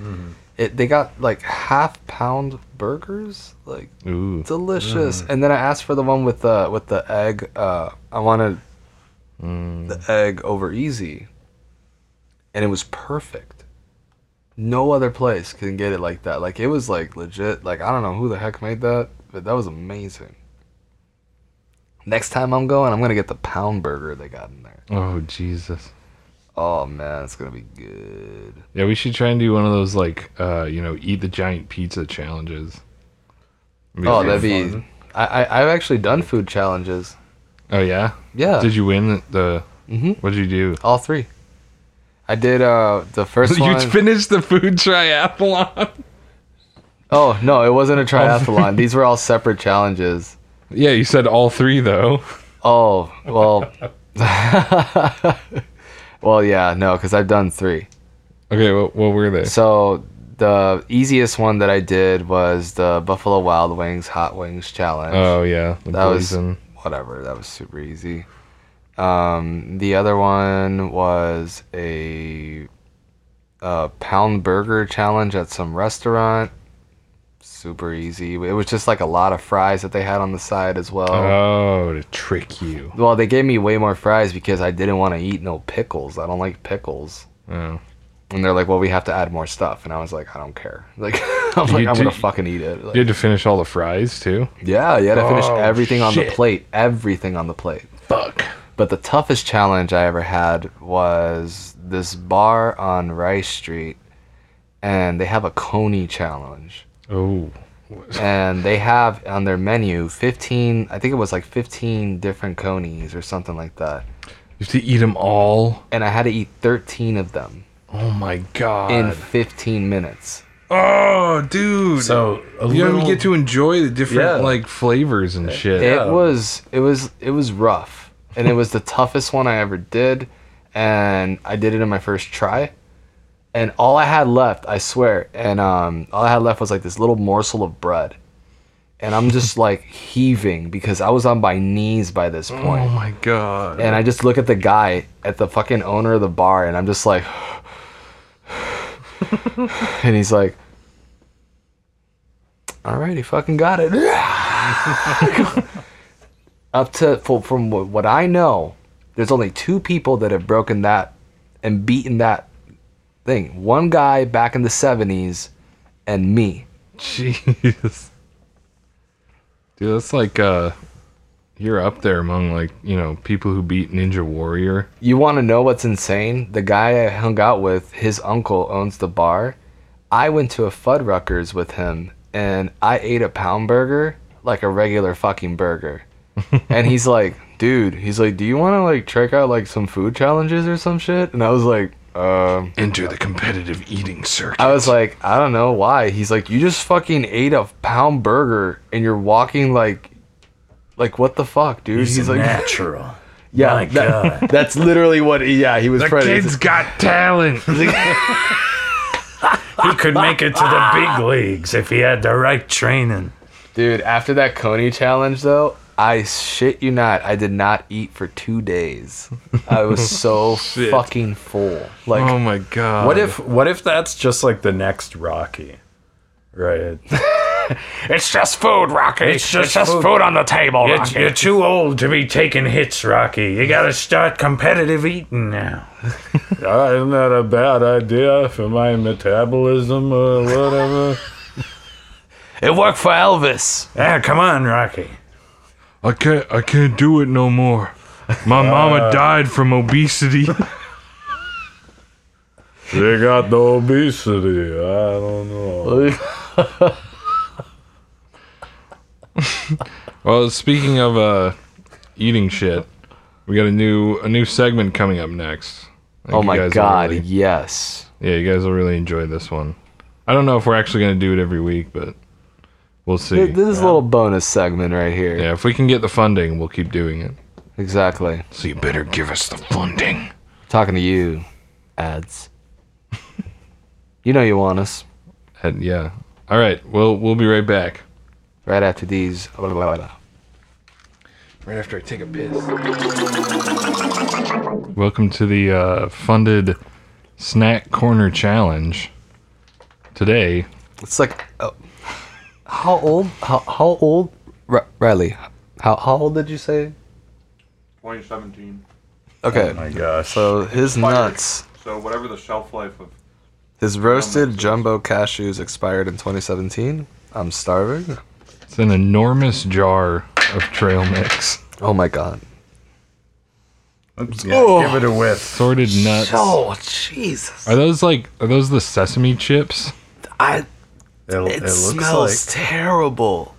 Mm-hmm.
dude. It, they got like half pound burgers, like
Ooh, Mm.
delicious. And then I asked for the one with the with the egg. Uh, I wanted
Mm.
the egg over easy, and it was perfect. No other place can get it like that. Like it was like legit. Like I don't know who the heck made that, but that was amazing. Next time I'm going, I'm gonna get the pound burger they got in there.
oh Jesus.
Oh man, it's gonna be good.
Yeah, we should try and do one of those like, uh, you know, eat the giant pizza challenges. Be
oh,
fun.
that'd be. I, I I've actually done food challenges.
Oh yeah.
Yeah.
Did you win the? the
Mhm.
What'd you do?
All three. I did uh the first
[LAUGHS] you
one.
finished the food triathlon. [LAUGHS]
oh no, it wasn't a triathlon. These were all separate challenges.
yeah, you said all three though.
Oh well. [LAUGHS] well, yeah, no, because I've done three.
Okay, what, what were they?
So the easiest one that I did was the Buffalo Wild Wings Hot Wings Challenge.
Oh yeah, the
That was-
poison.
whatever. That was super easy. Um, the other one was a, a pound burger challenge at some restaurant. super easy. It was just like a lot of fries that they had on the side as well.
Oh, to trick you.
well, they gave me way more fries because I didn't want to eat no pickles. I don't like pickles.
Oh.
And they're like, "Well, we have to add more stuff." And I was like, "I don't care." [LAUGHS] Like I'm
You
like, "I'm
do-
gonna fucking eat it." Like,
You had to finish all the fries too.
yeah, you had to finish
Oh,
everything on the
shit.
plate. Everything on the plate.
Fuck.
But the toughest challenge I ever had was this bar on Rice Street, and they have a Coney challenge.
Oh.
And they have on their menu 15, I think it was like 15 different conies or something like that.
You have to eat them all.
And I had to eat 13 of them
Oh my god.
in 15 minutes.
oh, dude.
So a
you
little,
don't even get to enjoy the different
Yeah.
like flavors and shit.
It was it was it was rough. And it was the [LAUGHS] toughest one I ever did and I did it in my first try. And all I had left, I swear, and um all I had left was like this little morsel of bread. And I'm just like heaving because I was on my knees by this point.
Oh my god.
and I just look at the guy at the fucking owner of the bar, and I'm just like, [SIGHS] and he's like, "All right, he fucking got it." [LAUGHS] Up to fo- from wh- what I know, there's only two people that have broken that and beaten that thing. One guy back in the '70s, and me.
Jeez. Dude, that's like uh you're up there among like, you know, people who beat Ninja Warrior.
You want to know what's insane? The guy I hung out with, his uncle owns the bar. I went to a Fuddruckers with him and I ate a pound burger like a regular fucking
[LAUGHS]
burger. and he's like, dude, he's like, do you want to like check out like some food challenges or some shit? And I was like, um,
Enter the competitive eating circuit.
I was like, I don't know why. He's like, you just fucking ate a pound burger and you're walking like, like what the fuck, dude?
He's,
He's like,
natural.
yeah,
My
that- [LAUGHS]
God.
that's literally what. He, yeah, he was.
the
trying to-
kid's got talent.
he could make it to the [LAUGHS] big leagues if he had the right training.
Dude, after that Coney challenge though, I shit you not, I did not eat for two days. I
[LAUGHS]
was so fucking full. Like,
[LAUGHS] oh my god.
What if what if that's just like the next Rocky? Right.
It's just food, Rocky. It's just, food. on the table, Rocky.
too old to be taking hits, Rocky. You gotta start competitive eating now. Isn't that a bad idea for my metabolism or whatever?
it worked for Elvis.
yeah, come on, Rocky.
I can't I can't do it no more. My
Uh.
mama died
[LAUGHS]
from obesity.
You got the obesity. I don't know.
well, speaking of uh eating shit, we got a new a new segment coming up next. I think
Oh
you
my
guys will
god,
really-
yes.
Yeah, you guys will really enjoy this one. I don't know if we're actually going to do it every week, but we'll see.
Th- This is a little bonus segment right here.
yeah, if we can get the funding, we'll keep doing it.
Exactly.
So you better give us the funding.
Talking to you,
[LAUGHS]
ads. you know you want us.
And yeah. All right. Well, we'll be right back.
Right after these. Blah, blah, blah.
Right after I take a piss. Welcome to the uh, funded snack corner challenge. Today,
It's like, oh, how old? How, how old? R- Riley, how, how old did you say?
2017.
Okay.
My gosh.
So his nuts,
So whatever the shelf life of
his roasted jumbo cashews expired in 2017. I'm starving.
it's an enormous jar of trail mix,
Oh my god.
Yeah, Give it a whip.
sorted nuts.
Oh Jesus!
Are those like are those the sesame chips?
I
It, it
it,
looks
smells
like.
terrible.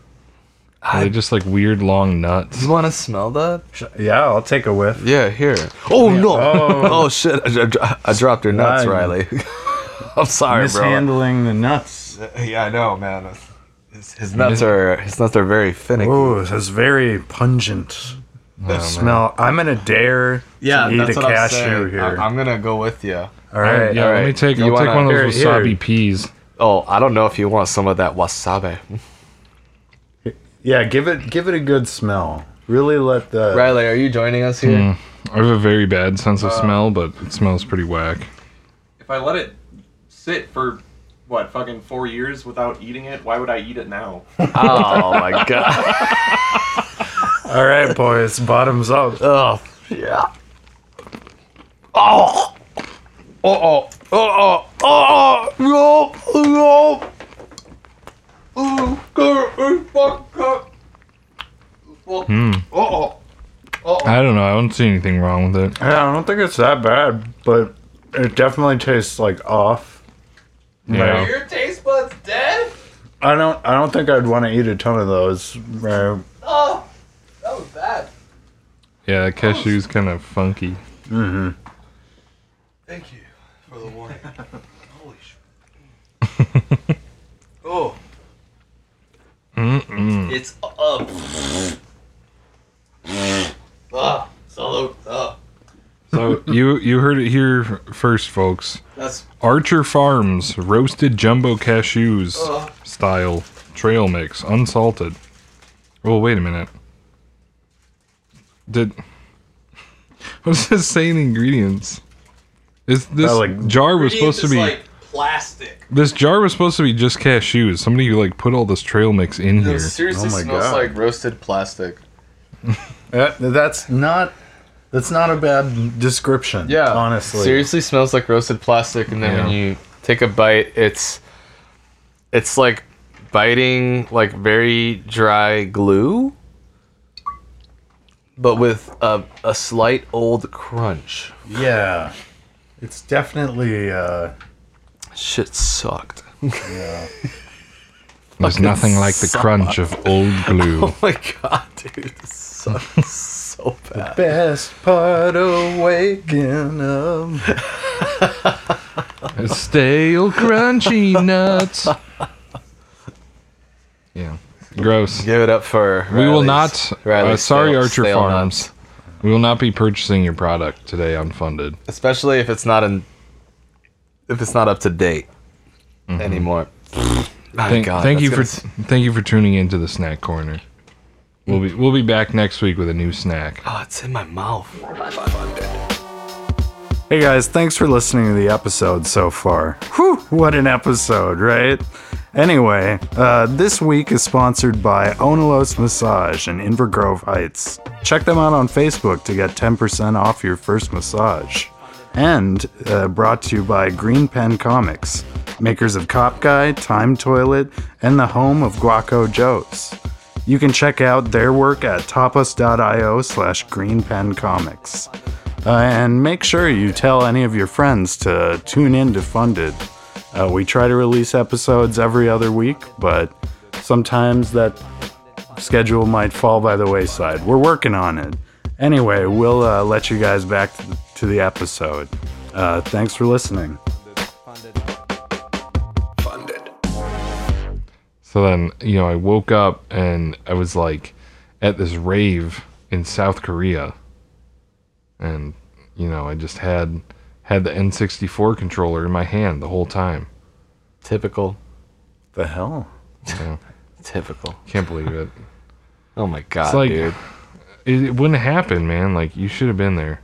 Are they just like weird long nuts?
You want to smell that?
Yeah, I'll take a whiff.
Yeah, here. Oh no!
Oh.
[LAUGHS] Oh, shit! I, dro- I dropped your nuts,
Why?
Riley. [LAUGHS] I'm sorry, bro.
Mishandling the nuts.
[LAUGHS] Yeah, I know, man. His, his nuts are his nuts are very finicky.
Oh, that's very pungent. The smell. I'm gonna dare to eat a cashew here.
gonna go with you.
All right.
Yeah, let me
alright.
take.
You
I'll take
wanna-
one of those
Here,
wasabi
here.
peas.
Oh, I don't know if you want some of that wasabi.
Yeah, give it give it a good smell. Really let the
Riley, are you joining us here?
Hmm.
I have a very bad
Uh.
sense of smell, but it smells pretty whack.
if I let it sit for what fucking four years without eating it. Why would I eat it now?
Oh my god.
All right, boys, bottoms up.
Oh yeah. Oh. Oh oh oh oh oh no no. Oh god, fuck cup. Oh.
Hmm. I don't know. I don't see anything wrong with it.
Yeah, I don't think it's that bad, but it definitely tastes like off.
Yeah.
Your taste buds dead?
I don't. I don't think I'd want to eat a ton of those. Uh,
Oh. That was bad.
Yeah, that cashew's kind of funky.
Thank you for the warning. [LAUGHS] Holy [LAUGHS] sh. oh. Mm-mm. It's up. [LAUGHS] ah, salute. Ah,
[LAUGHS]
So you you heard it here first, folks.
that's
Archer Farms roasted jumbo cashews
Ugh.
style trail mix, unsalted. Oh, wait a minute. Did [LAUGHS] what does this say in ingredients? Is this
Uh, like-
jar was supposed to
It's
be
like plastic.
this jar was supposed to be just cashews? Somebody like put all this trail mix in
It
here.
seriously
Oh my
smells
God.
like roasted plastic.
that- Uh, that's not. That's not a bad description. honestly.
seriously smells like roasted plastic, and then when
Yeah.
you take a bite, it's it's like biting like very dry glue, but with a, a slight old crunch.
Yeah, it's definitely. Uh,
Shit sucked. [LAUGHS] Oh
There's
fucking
nothing like the
suck.
crunch of old glue.
[LAUGHS] Oh my god, dude, this
[LAUGHS]
sucks so bad.
Best part of waking up.
Stale crunchy nuts.
[LAUGHS]
Yeah. Gross.
Give it up for.
We will
Riley's-
not. Uh,
Riley's
sorry,
stale-
Archer
stale
Farms.
nuts.
We will not be purchasing your product today, unfunded.
Oh, especially if it's not in if it's not up to date anymore. My
Mm-hmm. Thank,
God,
thank
that's
you for
gonna s-
thank you for tuning into the snack corner. We'll be we'll be back next week with a new snack.
oh, it's in my mouth.
Hey guys, thanks for listening to the episode so far. Whew, what an episode, right? Anyway, uh, this week is sponsored by Onalos Massage in Invergrove Heights. Check them out on Facebook to get 10% off your first massage. And uh, brought to you by Green Pen Comics, makers of Cop Guy, Time Toilet, and the home of Guaco Joe's. You can check out their work at tapas.io slash greenpencomics. Uh, and make sure you tell any of your friends to tune in to Funded. Uh, we try to release episodes every other week, but sometimes that schedule might fall by the wayside. We're working on it. Anyway, we'll uh, let you guys back to the, to the episode. Uh, thanks for listening.
Funded.
So then, you know, I woke up and I was like at this rave in South Korea. And, you know, I just had had the N64 controller in my hand the whole time.
Typical.
The hell?
Typical.
Can't believe it.
Oh my God,
It's like
dude.
it, it wouldn't happen, man. Like you should have been there.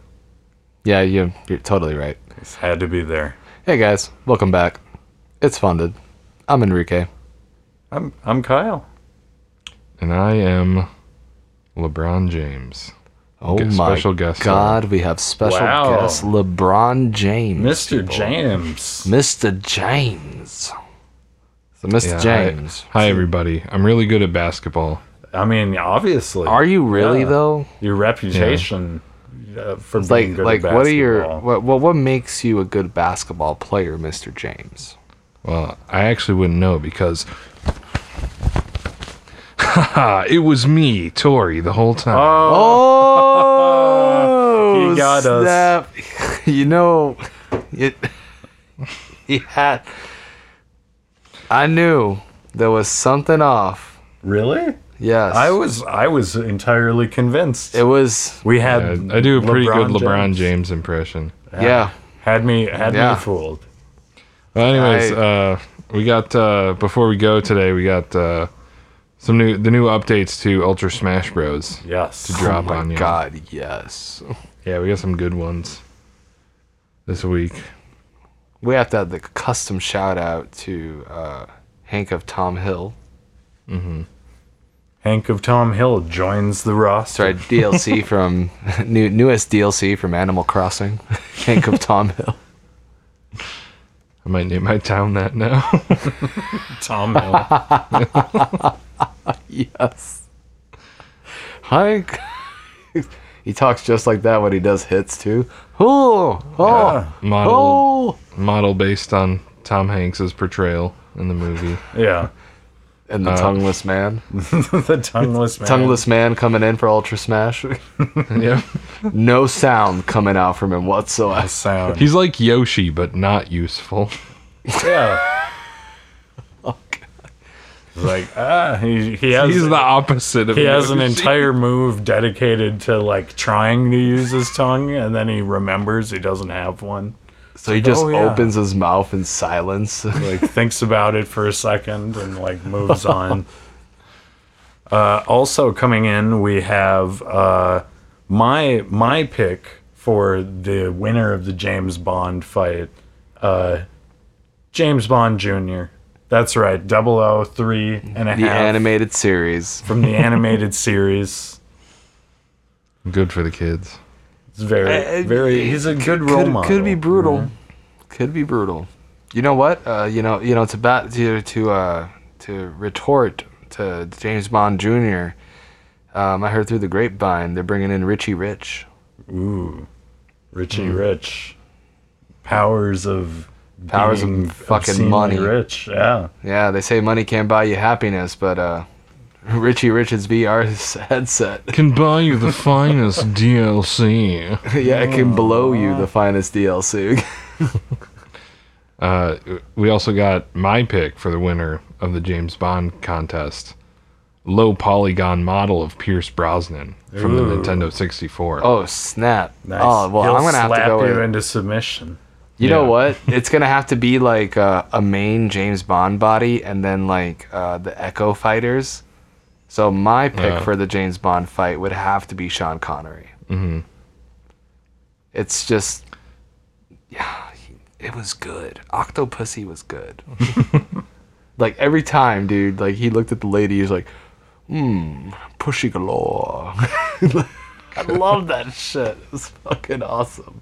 Yeah, you, you're totally right.
This had to be there.
Hey guys, welcome back. It's funded. I'm Enrique.
I'm I'm Kyle.
And I am LeBron James.
Oh
Get
my
special guest
God, we have special
Wow.
guest LeBron James,
Mr.
people.
James.
Mr. James. So, Mr.
Yeah, hi-
James,
Hi, everybody. I'm really good at basketball.
I mean, obviously.
are you really
Yeah.
though?
your reputation uh, for
like
being good
like
at
what are your
basketball.
what, what what makes you a good basketball player mr james
Well, I actually wouldn't know because. [LAUGHS] Haha, it was me, Tori, the whole time.
[LAUGHS] oh
He got us.
snap. [LAUGHS] you know it [LAUGHS] he had i knew there was something off
really?
yes
I was I was entirely convinced.
it was
we had
Yeah,
Um,
I do a pretty good LeBron James,
James.
impression.
yeah
Had me had
Yeah.
me fooled.
Well, anyways,
I-
uh, we got uh, before we go today, we got uh, some new the new updates to Ultra Smash Bros.
Yes.
Drop
Oh my
on you.
god yes
Yeah, we got some good ones this week.
we have to have the custom shout out to uh, Hank of Tom Hill.
Hank of Tom Hill joins the roster.
Sorry,
[LAUGHS]
DLC from [LAUGHS] new newest DLC from Animal Crossing. [LAUGHS] Hank of Tom Hill.
I might name my town that now. [LAUGHS]
Tom Hill.
Yes. Hank. he talks just like that when he does hits too. Oh, oh,
model
oh.
model based on Tom Hanks's portrayal in the movie. [LAUGHS]
Yeah.
And the tongueless man.
Uh, [LAUGHS] the tongueless man.
Tongueless man coming in for Ultra Smash.
yeah.
no sound coming out from him whatsoever.
sound.
He's like Yoshi but
[LAUGHS]
not useful.
yeah.
[LAUGHS] Oh,
Like ah, he, he has
He's the opposite of
he has an
Yoshi.
entire move dedicated to like trying to use his tongue, and then he remembers he doesn't have one.
So he just
Oh, yeah.
opens his mouth in silence.
like thinks about it for a second and like [LAUGHS] moves on. Uh, also coming in, we have uh, my my pick for the winner of the James Bond fight, uh, James Bond Jr. That's right, 003 and a [LAUGHS]
the
half
animated series.
from the animated [LAUGHS] series.
Good for the kids.
It's very,
Uh,
very. He's a good role
could,
model.
could be brutal. Could be brutal. You know what? Uh, you know, you know, to bat to to uh, to retort to James Bond Jr. Um, I heard through the grapevine they're bringing in Richie Rich.
Ooh, Richie Rich, powers of
Powers of
being
fucking
obscenely
money.
Rich, yeah.
Yeah, they say money can't buy you happiness, but uh, [LAUGHS] Richie Rich's VR [LAUGHS] headset,
Can buy you the finest
[LAUGHS]
DLC.
yeah, it
Oh,
can blow you the finest DLC.
Uh, we also got my pick for the winner of the James Bond contest. Low polygon model of Pierce Brosnan from the Nintendo 64.
[LAUGHS] oh snap!
Nice.
Oh well,
He'll
I'm gonna have to
slap
go
you
with.
into submission.
You know
Yeah. [LAUGHS]
what? It's gonna have to be like uh, a main James Bond body, and then like uh, the Echo fighters. So my pick
Yeah.
for the James Bond fight would have to be Sean Connery. Mm-hmm. It's just, yeah, he- it was good. Octopussy was
[LAUGHS]
good. like every time, dude. Like he looked at the lady, he was like, "Hmm, pushy galore." [LAUGHS] I love that shit. It was fucking awesome.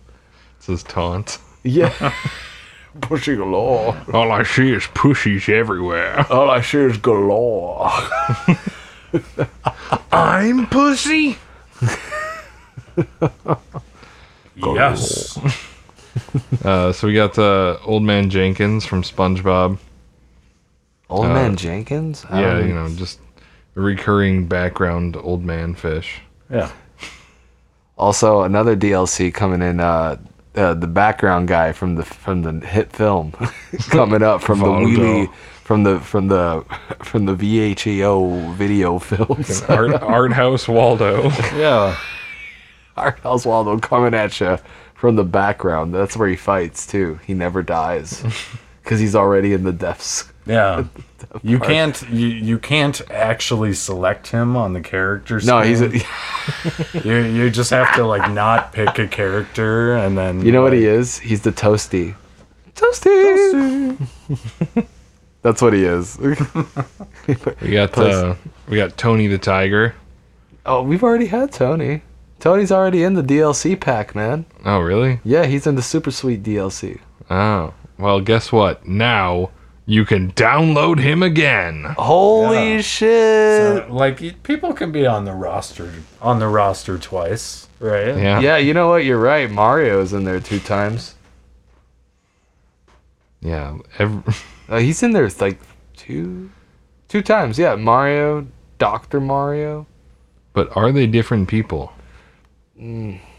It's his taunt. [LAUGHS]
Yeah. Pushing galore.
All I see is pushies everywhere.
All I see is galore.
I'm pussy.
Yes.
Uh, so we got the old man Jenkins from SpongeBob.
Old man Jenkins? Um, I
Uh, Yeah,
don't-
you know, just a recurring background old man fish.
Yeah.
Also, another DLC coming in. Uh, uh, the background guy from the from the hit film [LAUGHS] coming up from the
Voldo.
wheelie from the from the [LAUGHS] from the VHEO video films.
[LAUGHS] Art, art house Waldo.
Yeah.
[LAUGHS] Art Oswaldo coming at you from the background. That's where he fights too. He never
[LAUGHS]
dies because he's already in the depths. [LAUGHS]
Yeah. You can't you, you can't actually select him on the character
No, he's.
screen.
A,
you you just have to like not pick a character and then
You know what he is? He's the toasty. Toasty. That's what he
[LAUGHS]
is.
We got uh, we got Tony the Tiger.
oh, we've already had Tony. Tony's already in the DLC pack, man.
Oh really?
Yeah, he's in the Super Sweet DLC.
Oh well, guess what? Now you can download him again.
Holy
Yeah.
shit!
Uh, like y- people can be on the roster on the roster twice, right?
Oh, Yeah, yeah.
yeah, you know what? You're right. Mario's in there two times.
Every,
Uh, he's in there like two, two times. Yeah, Mario, Doctor Mario.
[LAUGHS] but are they different people?
Not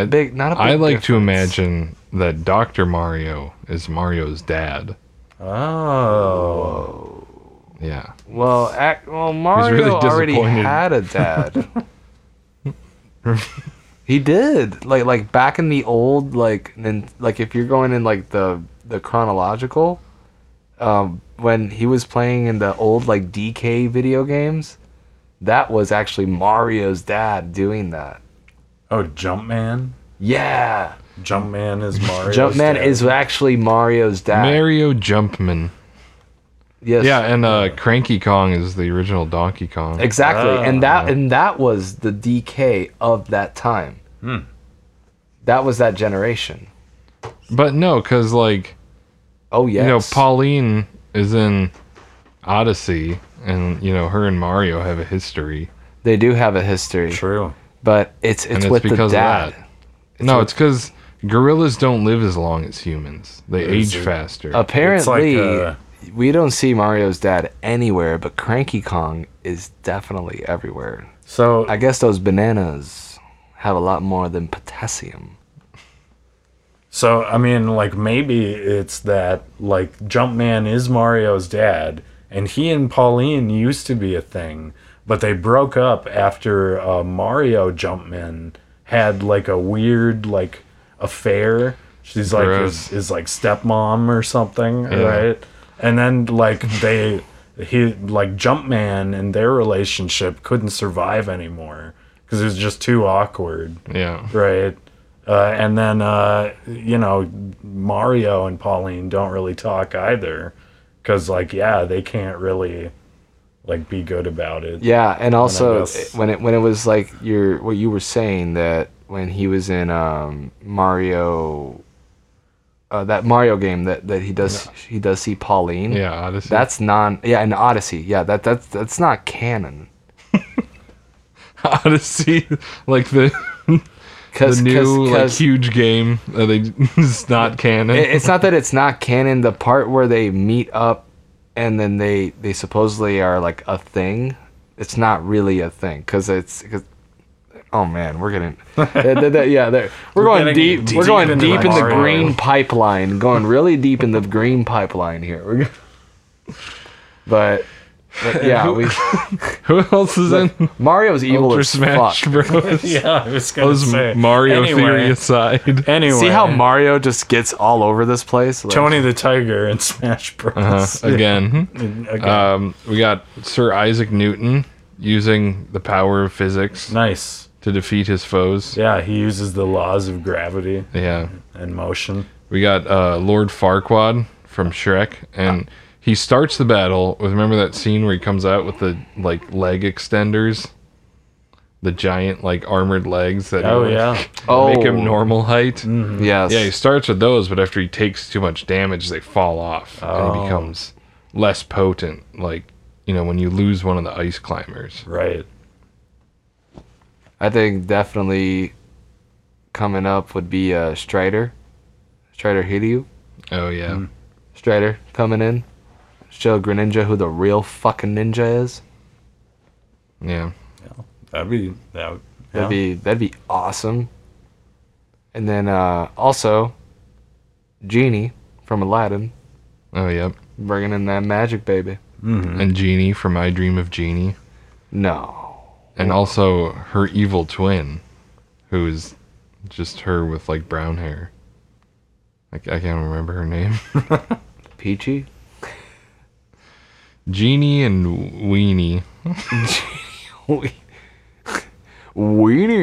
I-
big. Not a big
I like to
difference.
imagine that Doctor Mario is Mario's dad.
Oh.
Yeah.
Well, ac well, Mario
really
already
disappointed.
had a dad. [LAUGHS] he did. Like like back in the old like nin, like if you're going in like the the chronological, um, when he was playing in the old like DK video games, that was actually Mario's dad doing that.
Oh, Jumpman.
Yeah.
Jumpman is Mario.
Jumpman is actually Mario's dad.
Mario Jumpman.
yes.
Yeah, and uh, Cranky Kong is the original Donkey Kong.
Exactly, and that and that was the DK of that time.
Hmm.
That was that generation.
But no, because like
Oh yes.
you know, Pauline is in Odyssey, and you know her and Mario have a history.
they do have a history,
true.
but it's it's,
it's
with the
because of
dad.
that. no, it's because gorillas don't live as long as humans. They
There's
age
a-
faster.
Apparently,
uh,
we don't see Mario's dad anywhere, but Cranky Kong is definitely everywhere.
So
I guess those bananas have a lot more than potassium.
So I mean, like maybe it's that like Jumpman is Mario's dad, and he and Pauline used to be a thing, but they broke up after uh, Mario Jumpman had like a weird like affair. She's like
Gross.
is, is like stepmom or something,
Yeah.
right? And then like they he like Jumpman and their relationship couldn't survive anymore because it was just too awkward.
yeah,
Right. Uh, and then, uh, you know, Mario and Pauline don't really talk either. Because, like, yeah, they can't really, like, be good about it.
Yeah, and also
guess-
when it when it was like your what you were saying that when he was in um, Mario, uh, that Mario game that, that he does he does see Pauline.
yeah, Odyssey.
that's non yeah an Odyssey. Yeah, that that's that's not canon.
[LAUGHS] Odyssey, like the
Cause,
the
'cause-
new like
'cause
huge game. That they [LAUGHS] it's not
[LAUGHS]
canon.
it- it's not that it's not canon. The part where they meet up and then they they supposedly are like a thing. It's not really a thing because it's. 'cause- Oh man, we're getting that- that- that- yeah, there- we're, going
getting
deep,
deep
We're going
into
deep in the
Mario.
green pipeline, going really deep in the green pipeline here. We're go- but, but yeah, we,
Who else is in
Mario's evil
Ultra
as
Smash
fuck.
[LAUGHS]
Bros?
Yeah, I was going
Those Mario theory aside.
Anyway.
See how Mario just gets all over this place. Like,
Tony the Tiger and [LAUGHS] Smash Bros.
Uh, again,
Again.
um, we got Sir Isaac Newton using the power of physics
nice.
to defeat his foes.
Yeah, he uses the laws of gravity
Yeah.
and motion.
We got uh, Lord Farquaad from Shrek, and he starts the battle with remember that scene where he comes out with the like leg extenders, the giant like armored legs that
Oh, yeah. Mm-hmm.
oh,
make him normal height.
Yes.
Yeah, he starts with those, but after he takes too much damage, they fall off and
Oh.
he becomes less potent. Like you know when you lose one of the ice climbers.
Right.
I think definitely coming up would be uh, Strider. Strider Hiryu.
Oh yeah,
Hmm. Strider coming in. Show Greninja who the real fucking ninja is.
yeah.
That'd be. That would,
That'd be that'd be awesome. And then uh, also Genie from Aladdin
Oh yeah,
bringing in that magic baby. Hmm.
and Genie from I Dream of Genie,
No.
and also her evil twin, who is just her with like brown hair. Like I can't remember her name. [LAUGHS]
Peachy?
Genie and Weenie.
Weenie.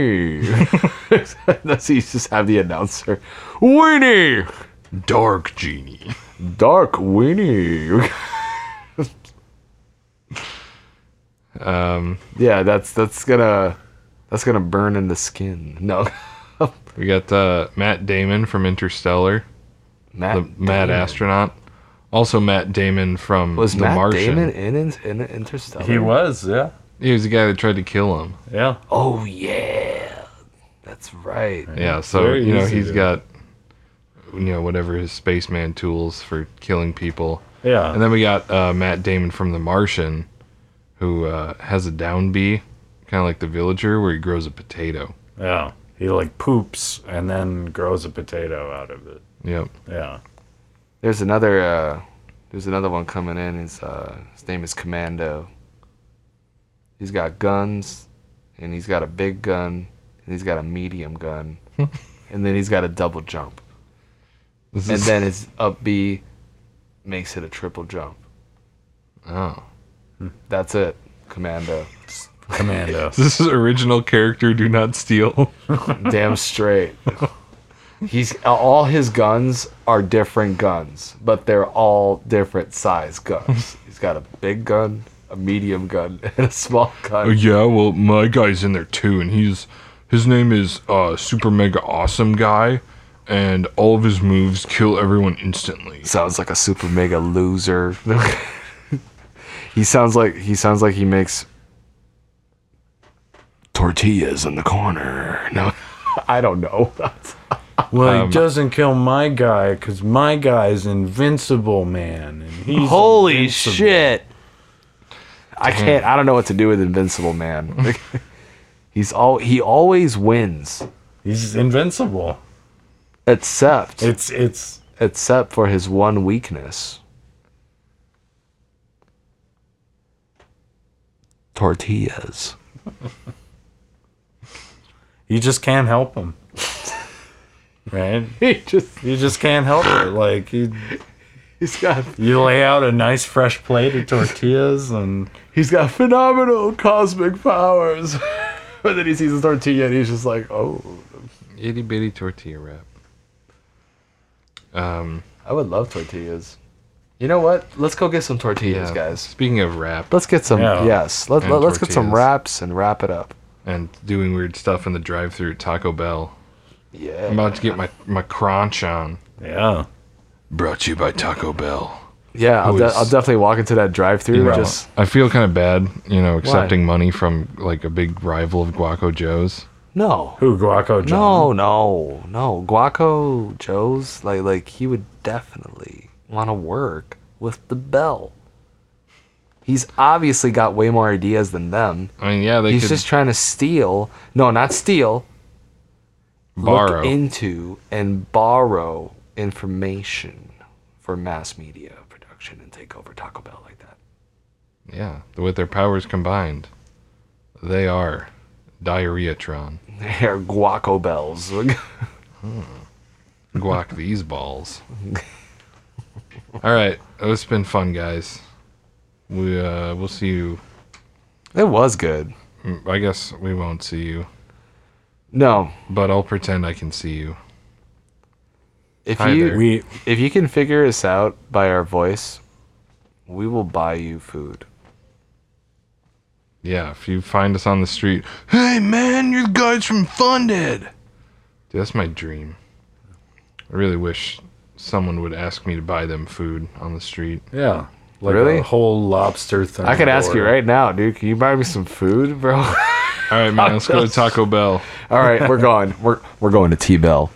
[LAUGHS] Does he just have the announcer? Weenie.
Dark Genie.
Dark Weenie.
Um,
Yeah, that's that's gonna that's gonna burn in the skin. No,
we got uh, Matt Damon from Interstellar.
Matt.
the mad
Damon.
astronaut. Also, Matt Damon from
was
The
Matt
Martian.
Damon in, in, in Interstellar.
he was, yeah.
He was the guy that tried to kill him.
Yeah.
Oh yeah, that's right.
Yeah, so
Very
you know
easy
he's
to-
got you know whatever his spaceman tools for killing people.
Yeah.
And then we got uh, Matt Damon from The Martian, who uh, has a down bee, kind of like the villager, where he grows a potato.
Yeah. He like poops and then grows a potato out of it.
Yep.
Yeah.
There's another. Uh, there's another one coming in. His uh, his name is Commando. He's got guns, and he's got a big gun, and he's got a medium gun, and then he's got a double jump,
This
and
is,
then his up B makes it a triple jump.
oh. [LAUGHS]
That's it, Commando.
Commando.
[LAUGHS] This is original character. Do not steal.
Damn straight. He's all his guns are different guns, but they're all different size guns. He's got a big gun, a medium gun, and a small
Uh,
gun.
Yeah, well, my guy's in there too, and he's his name is uh, Super Mega Awesome Guy, and all of his moves kill everyone instantly.
Sounds like a super mega loser. [LAUGHS] he sounds like he sounds like he makes tortillas in the corner. No, [LAUGHS] I don't know. [LAUGHS]
Well,
Um,
he doesn't kill my guy because my guy's invincible, man. And he's
Holy
invincible.
shit! I can't. I don't know what to do with Invincible Man. [LAUGHS] Like, he's all he always wins,
He's invincible.
except
It's it's
except for his one weakness. Tortillas. [LAUGHS]
you just can't help him, [LAUGHS] right?
He just
You just can't help it. Like you,
he's got
you lay out a nice fresh plate of tortillas, and
he's got phenomenal cosmic
[LAUGHS]
powers. but then he sees a tortilla and he's just like, oh,
Itty bitty tortilla wrap. Um,
I would love tortillas. You know what? Let's go get some tortillas,
yeah,
guys.
Speaking of wrap
Let's get some.
Yeah.
Yes. Let,
And
let, us get some
tortillas.
wraps and wrap it up.
and doing weird stuff in the drive-through at Taco Bell,
Yeah.
I'm about to get my my crunch on.
yeah,
Brought to you by Taco Bell.
yeah. I'll,
Who
de-
is-
I'll definitely walk into that drive-through.
You know,
Just
I feel kind of bad, you know, accepting money from like a big rival of Guaco Joe's.
no.
who Guaco John?
No, no, no. Guaco Joe's like like he would definitely want to work with the bell. He's obviously got way more ideas than them.
I mean, yeah, they
He's
could
just trying to steal. No, not steal.
borrow.
Look into and borrow information for mass media production and take over Taco Bell like that. [LAUGHS]
yeah, with their powers combined, they are Diarrheatron.
They're guaco bells. [LAUGHS]
Guac
[LAUGHS]
these balls. All right, oh, it's been fun, guys. We uh, we'll see you.
it was good.
mm, I guess we won't see you,
No,
but I'll pretend I can see you.
if
Hi
you
there.
We
if you can figure us out by our voice, we will buy you food.
Yeah, if you find us on the street, hey man, you guys from Funded. Dude, that's my dream. I really wish someone would ask me to buy them food on the street.
yeah, like
Really?
a whole lobster thing.
I could ask you right now, dude. Can you buy me some food, bro? [LAUGHS] All
All right, man, let's go to Taco Bell.
right, we're going. We're we're going to T Bell.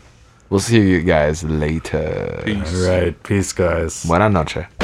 We'll see you guys later.
All right, peace, guys.
Buena noche.